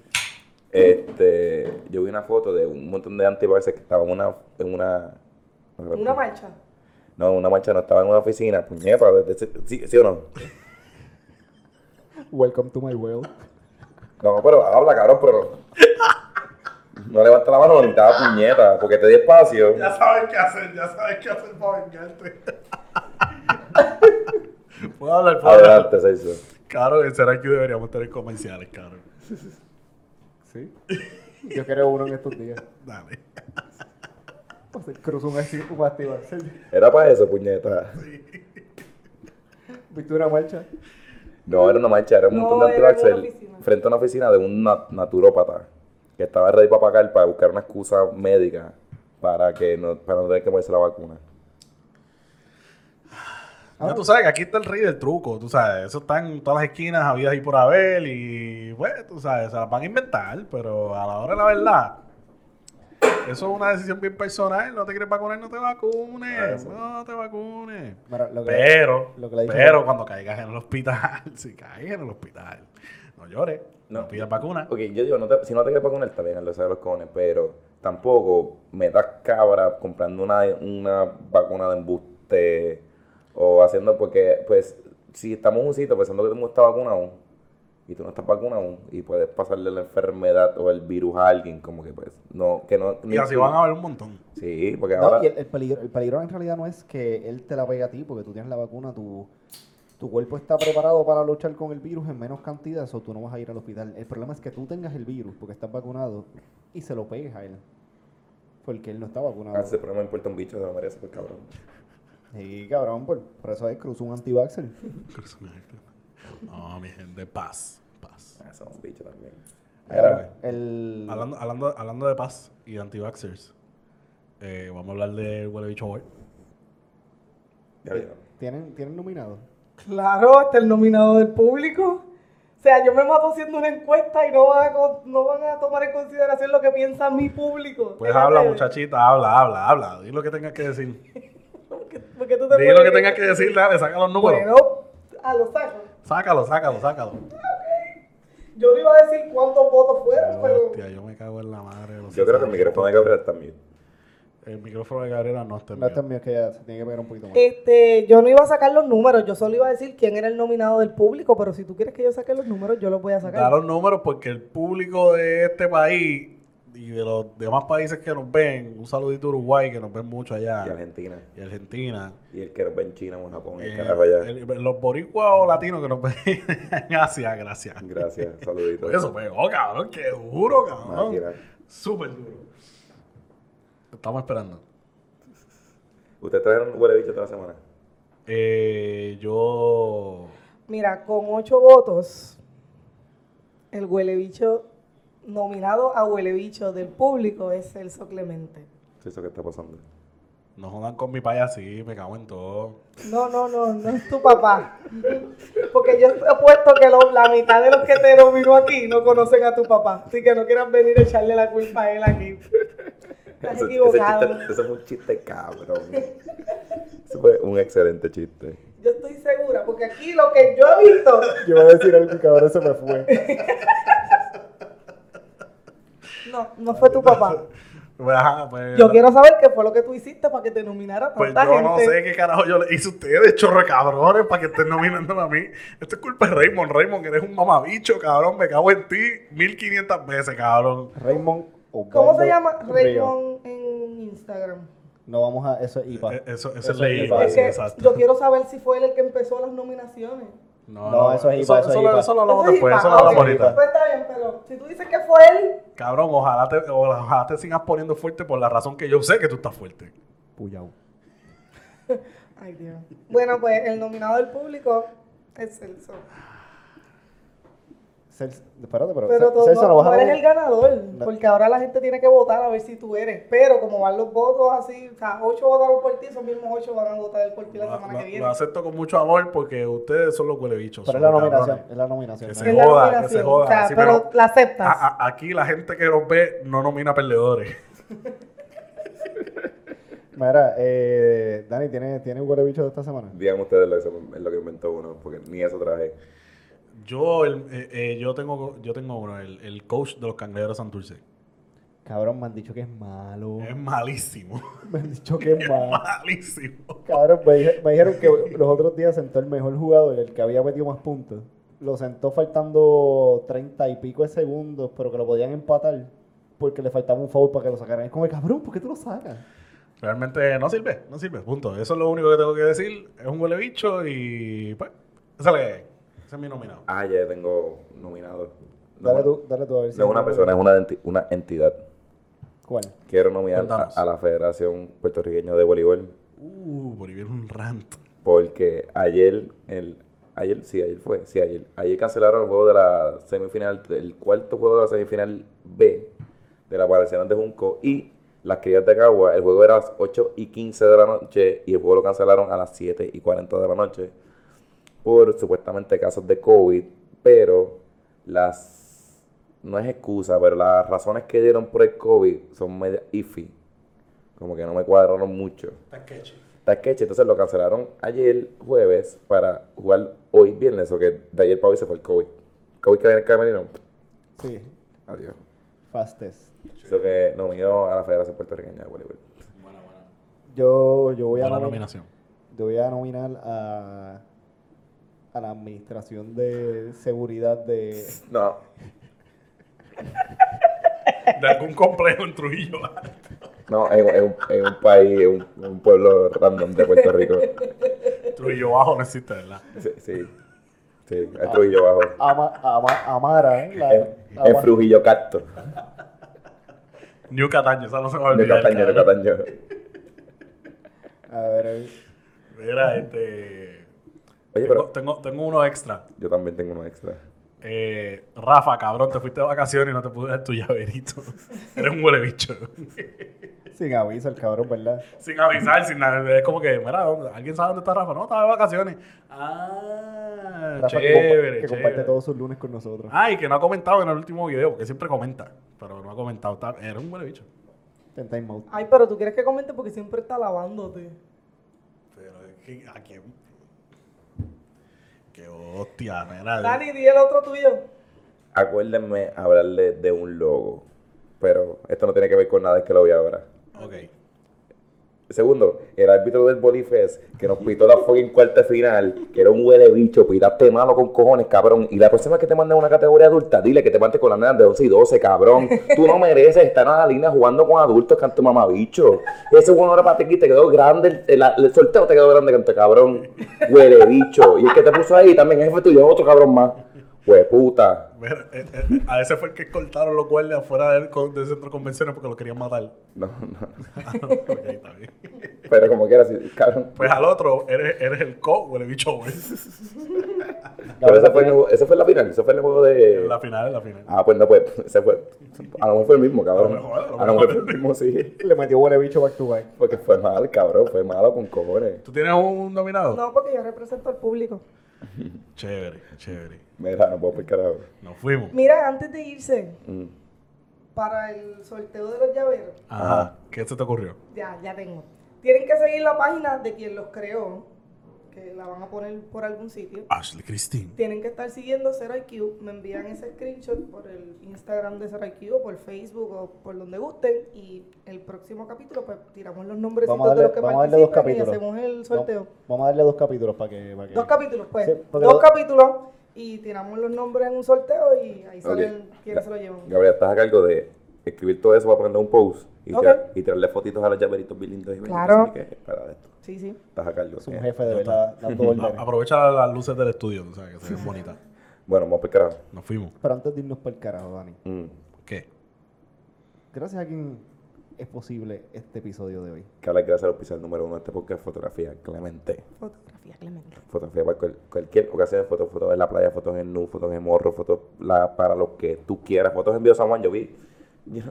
S2: Este, yo vi una foto de un montón de antivaxxers que estaban en una, en una...
S1: Una marcha.
S2: No, una marcha no, estaba en una oficina. Puñepa, de- de- ¿sí, sí o no?
S4: Welcome to my world.
S2: No, pero habla, cabrón, pero... No levanta la mano, ni estaba puñeta, porque te di espacio.
S3: Ya sabes qué hacer, ya sabes qué hacer para vengarte. puedo hablar, puedo hablar.
S2: Adelante, Celso.
S3: Claro, en Será que deberíamos tener comerciales, claro.
S4: Sí. Yo quiero uno en estos días.
S3: Dale.
S4: O sea, Cruz un, anti- un anti-vaxxer.
S2: Era para eso, puñeta.
S4: ¿Viste una marcha?
S2: No, era una marcha, era un
S1: No,
S2: montón de
S1: era en una
S2: antivaxxers
S1: oficina.
S2: frente a una oficina de un na- naturópata que estaba ready para pagar para buscar una excusa médica para que no, para no tener que ponerse la vacuna.
S3: Ya tú sabes que aquí está el rey del truco, tú sabes. Eso está en todas las esquinas, habidas y por haber. Y, bueno, tú sabes, se las van a inventar, pero a la hora de la verdad. Eso es una decisión bien personal. No te quieres vacunar, no te vacunes. No te vacunes.
S4: Mira, lo que,
S3: Pero,
S4: lo que le dije-
S3: pero cuando caigas en el hospital, si caes en el hospital, no llores, no,
S2: No.
S3: pidas vacuna.
S2: Ok, yo digo, no te- si no te quieres vacunar, está bien, lo de los cojones, pero tampoco me das cabra comprando una, una vacuna de embuste o haciendo, porque, pues, si estamos en un sitio pensando que todo el mundo está vacunado y tú no estás vacunado y puedes pasarle la enfermedad o el virus a alguien, como que, pues, no, que no.
S3: Y así van a haber un montón.
S2: Sí, porque
S4: No,
S2: ahora.
S4: y el, el peligro, el peligro en realidad no es que él te la pegue a ti, porque tú tienes la vacuna, tu, tu cuerpo está preparado para luchar con el virus en menos cantidad, o tú no vas a ir al hospital. El problema es que tú tengas el virus porque estás vacunado y se lo pegues a él. Porque él no está vacunado.
S2: Ah, ese problema importa un bicho, se lo merece, pues, cabrón.
S4: Sí, cabrón, por, por eso es cruzó un antivaxxer.
S3: No, mi gente, paz, paz.
S2: Ah, Eso es un bicho también.
S3: Grave.
S4: El,
S3: Hablando, hablando, hablando de paz y de anti-vaxxers, eh, vamos a Pues hablar del huele bicho boy.
S2: Ya vieron.
S4: eh, ¿tienen, ¿Tienen nominado?
S1: Claro, hasta el nominado del público. O sea, yo me mato haciendo una encuesta y no van a, con- no van a tomar en consideración lo que piensa mi público.
S3: Pues
S1: En la
S3: habla,
S1: red.
S3: muchachita, habla, habla, habla. Di lo que tengas que decir.
S1: ¿Por qué- por qué tú te
S3: Di lo
S1: pones-
S3: que tengas que decir, dale, saca los números.
S1: Bueno, a los sacos.
S3: Sácalo, sácalo, sácalo.
S1: Yo no iba a decir cuántos votos fueron, pero.
S3: Hostia, yo me cago en la madre. de los
S2: Yo creo que el
S3: sistemas.
S2: micrófono de Gabriel también.
S3: El micrófono de Gabriela no está en
S4: No están míos, que ya se tiene que pegar un poquito más.
S1: Este, yo no iba a sacar los números, yo solo iba a decir quién era el nominado del público, pero si tú quieres que yo saque los números, yo los voy a
S3: Da
S1: sacar.
S3: los números porque el público de este país y de los demás países que nos ven, un saludito a Uruguay que nos ven mucho allá
S2: Y Argentina.
S3: y Argentina.
S2: Y el que nos ve en China o en Japón. El
S3: eh,
S2: carajo allá.
S3: el- los boricuas o latinos que nos ven en Asia, gracias.
S2: Gracias, saluditos.
S3: Pues eso pegó, cabrón, qué duro,
S2: Máquina.
S3: cabrón. Súper duro. Estamos esperando.
S2: ¿Ustedes trajeron huele bicho toda la semana?
S3: Eh, yo.
S1: Mira, con ocho votos, el huelebicho nominado a huelebicho del público es Celso Clemente.
S2: Sí, eso que está pasando.
S3: No jodan con mi paya así, me cago en todo.
S1: No, no, no, no es tu papá. Porque yo apuesto que lo- la mitad de los que te nominó aquí no conocen a tu papá. Así que no quieran venir a echarle la culpa a él aquí. Estás
S2: Eso- ese
S1: equivocado.
S2: chiste- Eso es un chiste cabrón. Eso fue un excelente chiste.
S1: Yo estoy segura, porque aquí lo que yo he visto.
S4: Yo iba a decir algo que ahora se me fue.
S1: No, no fue tu papá.
S3: Pues, ajá, pues,
S1: Yo
S3: la-
S1: quiero saber qué fue lo que tú hiciste para que te nominara
S3: Pues
S1: tanta
S3: yo
S1: gente.
S3: no sé qué carajo yo le hice a ustedes, chorro cabrones, para que estén nominándome a mí. Esto es culpa de Raymond. Raymond, eres un mamabicho, cabrón. Me cago en ti 1500 veces, cabrón.
S4: Raymond Osvaldo
S1: ¿Cómo se llama
S4: Río.
S1: Raymond en Instagram?
S4: No vamos a... Eso es IPA.
S3: Eh, Eso, eso
S4: Eso
S3: es ley.
S4: IPA.
S1: Es
S3: sí,
S1: que
S3: exacto.
S1: yo quiero saber si fue él el que empezó las nominaciones.
S4: No, eso es IPA, eso es
S3: lo-
S4: IPA.
S3: Eso lo hablamos
S1: Eso es
S3: después,
S1: IPA.
S3: eso lo hablamos
S1: Ah, ok.
S3: ahorita.
S1: Pues está bien, pero si tú dices que fue él,
S3: Cabrón, ojalá te, ojalá te sigas poniendo fuerte por la razón que yo sé que tú estás fuerte.
S4: Puyao.
S1: Ay, Dios. Bueno, pues el nominado del público es Celso.
S4: Celso- Espérate, pero,
S1: Pero tú,
S4: Celso,
S1: no,
S4: lo vas
S1: tú
S4: a
S1: eres
S4: poner-
S1: el ganador,
S4: No.
S1: porque ahora la gente tiene que votar a ver si tú eres. Pero como van los votos así, o sea, ocho votaron por ti, esos mismos ocho van a votar por ti la
S3: Lo,
S1: semana que
S3: lo-
S1: viene.
S3: lo acepto con mucho amor porque ustedes son los huelebichos.
S4: Pero
S3: son
S4: es la
S3: los
S4: nominación.
S3: cabrones.
S4: Es la nominación.
S3: Que
S4: ¿no?
S3: se
S1: Es la
S3: joda, que
S1: nominación,
S3: se joda,
S1: o sea,
S3: sí,
S1: pero,
S3: pero-
S1: la aceptas.
S3: A- a- aquí la gente que nos ve no nomina perdedores.
S4: Mira, eh, Dani, ¿tiene, ¿tiene huele bicho de esta semana?
S2: Digan ustedes lo que, se- lo que inventó uno, porque ni eso traje.
S3: Yo, el- eh, eh, yo tengo yo tengo uno, el, el coach de los cangrejeros Santurce.
S4: Cabrón, me han dicho que es malo.
S3: Es malísimo.
S4: Me han dicho que es malo.
S3: malísimo.
S4: Cabrón, me, dije- me dijeron que los otros días sentó el mejor jugador, el que había metido más puntos. Lo sentó faltando treinta y pico de segundos, pero que lo podían empatar porque le faltaba un foul para que lo sacaran. Es como, cabrón, ¿por qué tú lo sacas?
S3: Realmente no sirve, no sirve. Punto. Eso es lo único que tengo que decir. Es un huele bicho y pues, esa es la que hay. Ese es mi nominado.
S2: Ah, ya tengo nominado. No,
S4: Dale tú, dale tú a ver si.
S2: No es una persona, es una, enti- una entidad.
S4: ¿Cuál?
S2: Quiero nominar a,
S3: Cuéntanos.
S2: a la Federación Puertorriqueña de Voleibol
S3: Uh, por ahí viene un rant.
S2: porque ayer, el, ayer, sí, ayer fue, sí, ayer, ayer cancelaron el juego de la semifinal, el cuarto juego de la semifinal B de la Valenciana de Junco y las crías de Cagua, el juego era a las 8 y 15 de la noche y el juego lo cancelaron a las 7 y 40 de la noche por supuestamente casos de COVID, pero las, no es excusa, pero las razones que dieron por el COVID son media iffy, como que no me cuadraron mucho. Está sketchy, entonces lo cancelaron ayer jueves para jugar hoy viernes, o que de ayer para hoy se fue el COVID. COVID que había en el camerino,
S4: Sí,
S2: adiós.
S4: Fastes.
S2: Eso que nominó a la Federación Puertorriqueña de Voleibol.
S4: Yo, yo, voy a
S3: Buena
S4: nominar,
S3: nominación.
S4: yo voy a nominar a, a la Administración de Seguridad de.
S2: No,
S3: De algún complejo en Trujillo.
S2: no, es, es un, es un país, es un, un pueblo random de Puerto Rico.
S3: Trujillo bajo no existe, ¿verdad?
S2: Sí, sí, sí el Trujillo Bajo.
S4: Ama, ama- Amara. ¿eh? La-
S2: En, en
S4: Ama-
S2: Frujillo Cacto,
S3: New Cataño, esa no se va a
S2: de
S3: olvidar.
S2: Cataño, de
S3: cabrón.
S2: Cataño.
S4: A ver, eh,
S3: Mira, este.
S2: Oye,
S3: tengo,
S2: pero
S3: tengo, tengo uno extra.
S2: yo también tengo uno extra.
S3: Eh, Rafa, cabrón, te fuiste de vacaciones y no te pude dar tu llaverito. Eres un huele bicho.
S4: sin aviso el cabrón, ¿verdad?
S3: sin avisar, sin nada. Es como que, mira, ¿dónde- ¿alguien sabe dónde está Rafa? No, estaba de vacaciones. Ah,
S4: Rafa, que compa-
S3: chévere,
S4: que comparte
S3: chévere.
S4: todos sus lunes con nosotros.
S3: Ah, y que no ha comentado en el último video, porque siempre comenta. Pero no ha comentado. Está- Era un huele bicho.
S4: En Time Out.
S1: Ay, pero tú quieres que comente porque siempre está lavándote.
S3: Pero es que, ¿a quién? Qué hostia, mira.
S1: Dani, di el otro tuyo.
S2: Acuérdenme hablarle de un logo, pero esto no tiene que ver con nada, es que lo vi ahora.
S3: Ok.
S2: Segundo, el árbitro del Bolifest que nos pitó la fucking cuarta final, que era un huele bicho, pitaste malo con cojones, cabrón. Y la próxima vez que te manden a una categoría adulta, dile que te mande con la nena de 11 y 12, cabrón. Tú no mereces estar en la línea jugando con adultos, canto mamabicho. Ese bueno era para ti, te quedó grande, el- el, el sorteo te quedó grande, canto cabrón. Huele bicho. Y el que te puso ahí también es tuyo, otro cabrón más. Hue puta.
S3: Mira, eh, eh, a ese fue el que cortaron los guardias afuera del, con- del centro de convenciones porque lo querían matar.
S2: No, no.
S3: Ah, no, ok, está bien.
S2: Pero como quieras, sí, cabrón.
S3: Pues al otro, eres, eres el co o el bicho, güey.
S2: Pero ese
S3: pues,
S2: fue, el- ese fue la final, ese fue el juego de.
S3: En la final, en la final.
S2: Ah, pues no, pues se fue. A lo mejor fue el mismo, cabrón.
S3: A lo mejor, a lo
S2: A lo mejor
S3: mejor.
S2: fue el mismo, sí.
S4: Le metió huele bicho back to back.
S2: Porque fue mal, cabrón. Fue malo con cojones.
S3: ¿Tú tienes un dominado?
S1: No, porque yo represento al público.
S3: Chévere, chévere.
S2: Mira, no puedo por carajo.
S3: Nos fuimos.
S1: Mira, antes de irse,
S2: Mm.
S1: para el sorteo de los llaveros.
S3: Ajá. ¿Qué se te ocurrió?
S1: Ya, ya tengo. Tienen que seguir la página de quien los creó, que la van a poner por algún sitio.
S3: Ashley Christine.
S1: Tienen que estar siguiendo Zero IQ. Me envían ese screenshot por el Instagram de Zero IQ, o por Facebook o por donde gusten. Y el próximo capítulo, pues tiramos los nombres
S4: Vamos a
S1: de los
S4: darle-
S1: que
S4: vamos a darle dos
S1: participan y
S4: capítulos.
S1: hacemos el sorteo.
S4: Vamos a darle dos capítulos para que, para que.
S1: Dos capítulos, pues.
S4: Sí, porque
S1: dos
S4: lo-
S1: capítulos y tiramos los nombres en un sorteo y ahí salen
S2: Ok.
S1: quiénes se lo llevan.
S2: Gabriel, estás a cargo de escribir todo eso para ponerle un post y,
S1: Ok.
S2: tirar- y tirarle fotitos a los llaveritos bien lindos y bien
S1: Claro.
S2: lindos, así que, para esto.
S1: Sí, sí.
S2: Estás a cargo.
S4: Es un
S2: eh.
S4: jefe de verdad, dando órdenes.
S3: A- Aprovecha las luces del estudio, o sea, que se ven bonitas.
S2: Bueno, vamos a pescar.
S3: Nos fuimos.
S4: Pero antes de irnos para el carajo, Dani.
S2: Mm,
S3: ¿Qué?
S4: Gracias a quien es posible este episodio de hoy.
S2: Carla, gracias al oficial número uno de este podcast, Fotografía Clemente.
S1: Fotografía, Clemente.
S2: Fotografía para cual- cualquier ocasión, fotos fotos en la playa, fotos en nu, fotos en morro, fotos la- para lo que tú quieras, fotos en Bio San Juan. Yo vi, yo,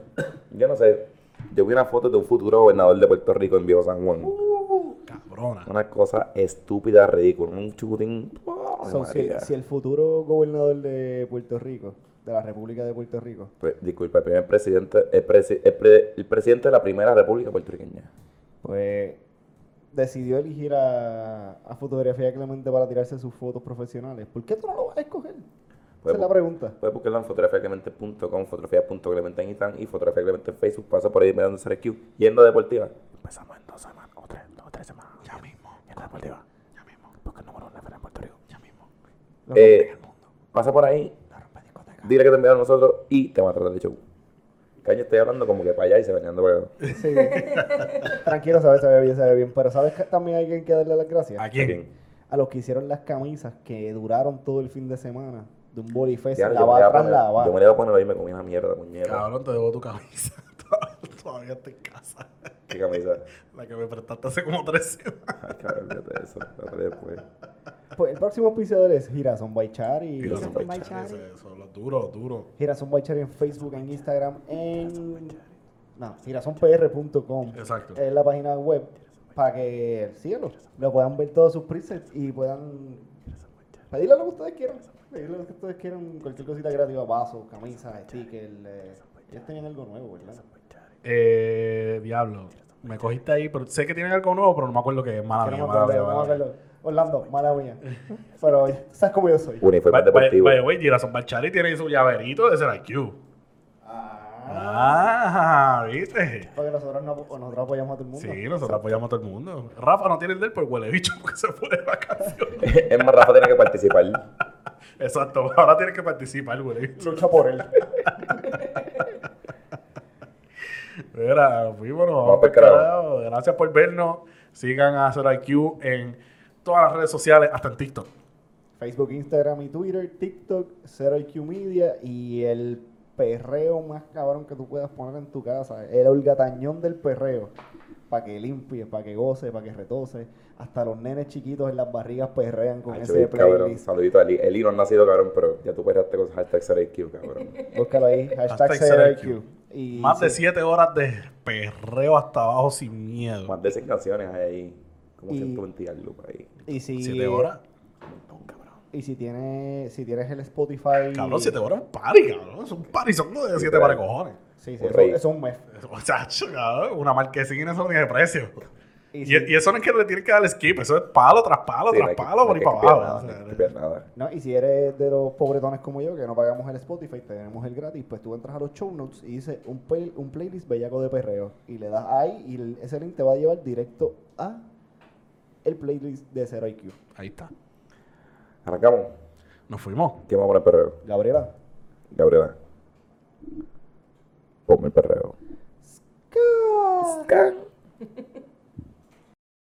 S2: yo no sé, yo vi una foto de un futuro gobernador de Puerto Rico en Bio San Juan.
S4: Uh,
S3: Cabrona.
S2: Una cosa estúpida, ridícula, un shooting. ¡Oh,
S4: So, si,
S2: María!
S4: si el futuro gobernador de Puerto Rico, de la República de Puerto Rico,
S2: Pre- Pues, Disculpa, el primer presidente, el, presi- el pre- el presidente de la primera república puertorriqueña.
S4: pues decidió elegir a, a Fotografía Clemente para tirarse sus fotos profesionales, ¿por qué tú no lo vas a escoger? Esa
S2: Pues,
S4: es la pregunta.
S2: Puedes buscarlo en fotografiaclemente.com, fotografía.clemente en Instagram y fotografía clemente en Facebook. Pasa por ahí mirando CRQ. Yendo a deportiva. Empezamos en dos semanas, o tres, dos, tres semanas. Ya mismo. Yendo a deportiva. Ya mismo. Porque el número uno en Puerto Rico. Ya mismo.
S4: La
S2: Eh, pasa por ahí. Dile que te enviaron nosotros y te va a tratar de show. Caño, estoy hablando como que para allá y se bañando para acá.
S4: Sí. Tranquilo, sabes, se ve bien, se ve bien. Pero sabes que también hay que darle las gracias
S3: ¿A quién?
S2: Bien.
S4: a los que hicieron las camisas que duraron todo el fin de semana de un bolifest,
S2: Ya, yo me
S4: lavada
S2: iba a
S4: tras
S2: poner- Yo me la
S4: lavada.
S2: iba a poner ahí y me comí una mierda, puñera.
S3: Cabrón, te debo tu camisa. Todavía- Todavía está en casa.
S2: Qué camisa.
S3: La que me prestaste hace como tres semanas.
S2: Ay, cabrón, fíjate de eso. La traeré después.
S4: Pues el próximo auspiciador es Girasón Baichar y
S3: Mira,
S1: son
S3: son
S1: baichares.
S3: baichares, Eso, lo duro, duro.
S4: Girasón Baichar en Facebook, en Instagram, en... No, girasonpr.com
S3: Exacto.
S4: es la página web para que cielo lo puedan ver todos sus presets y puedan pedirle lo que ustedes quieran pedirle lo que ustedes quieran cualquier cosita creativa vasos camisas stickers eh, ellos tenían algo nuevo verdad
S3: Eh, diablo. Me cogiste ahí, pero sé que tienen algo nuevo, pero no me acuerdo qué es. Mala
S4: Que
S3: mía,
S4: no me
S3: mala mía,
S4: acuerdo, no me
S3: mala mía.
S4: acuerdo. Orlando mala mía pero sabes cómo yo soy
S2: Uniforme
S3: Vaya,
S2: deportivo.
S3: vaya, güey, Girasol Barchari tiene su llaverito de SRQ.
S4: ah,
S3: Ah, ¿viste?
S4: porque nosotros no o nosotros apoyamos a todo el mundo
S3: Sí, nosotros apoyamos a todo el mundo. Rafa no tiene el del, pero huele bicho porque se fue de vacaciones.
S2: es más, Rafa tiene que participar.
S3: Exacto, ahora tienes que participar, huele bicho.
S4: lucha por él
S3: Mira, nos fuimos, nos vamos
S2: Vamos
S3: pa'l
S2: pa'l carajo.
S3: carajo. Gracias por vernos. Sigan a SRQ en todas las redes sociales, hasta en TikTok.
S4: Facebook, Instagram y Twitter, TikTok, Zero IQ Media y el perreo más cabrón que tú puedas poner en tu casa, el holgatañón del perreo, para que limpies, para que goces, para que retoses, hasta los nenes chiquitos en las barrigas perrean con
S2: Ay,
S4: ese
S2: Chuy, cabrón.
S4: playlist.
S2: Saludito a Eli. Eli no ha nacido, cabrón, pero ya tú perraste con hashtag SRQ, cabrón.
S4: Búscalo ahí, hashtag
S3: Hashtag
S4: Zero
S3: Zero
S4: IQ. Y
S3: Más de
S4: sí,
S3: 7 horas de perreo hasta abajo sin miedo.
S2: Más de 100 canciones hay ahí. Como
S4: Y-
S2: 120 y algo por ahí.
S4: y si,
S3: 7 horas.
S4: Y si tienes, si tienes el Spotify.
S3: Cabrón, 7 horas es un party, cabrón. Es un party, son como de 7 para cojones.
S4: Sí, sí,
S2: Un
S4: eso,
S2: rey.
S4: eso es un mes.
S3: O sea, cabrón, una marquesina eso ni de precio.
S4: Y
S3: Y,
S4: si-
S3: y eso no es que le tienes que dar skip, eso es palo tras palo,
S2: Sí, no
S3: tras
S2: hay que-
S3: palo,
S2: no
S3: por
S2: hay
S3: ahí
S2: que
S3: para
S2: esquipear
S3: abajo.
S2: nada, no hay que esquipear nada.
S4: No, y si eres de los pobretones como yo, que no pagamos el Spotify, tenemos el gratis, pues tú entras a los show notes y dice un, play- un playlist bellaco de perreo. Y le das ahí y el- ese link te va a llevar directo a el playlist de Zero IQ.
S3: Ahí está.
S2: Arrancamos.
S3: Nos fuimos.
S2: ¿Qué vamos a poner perreo?
S4: Gabriela.
S2: Gabriela. Ponme el perreo. Scan.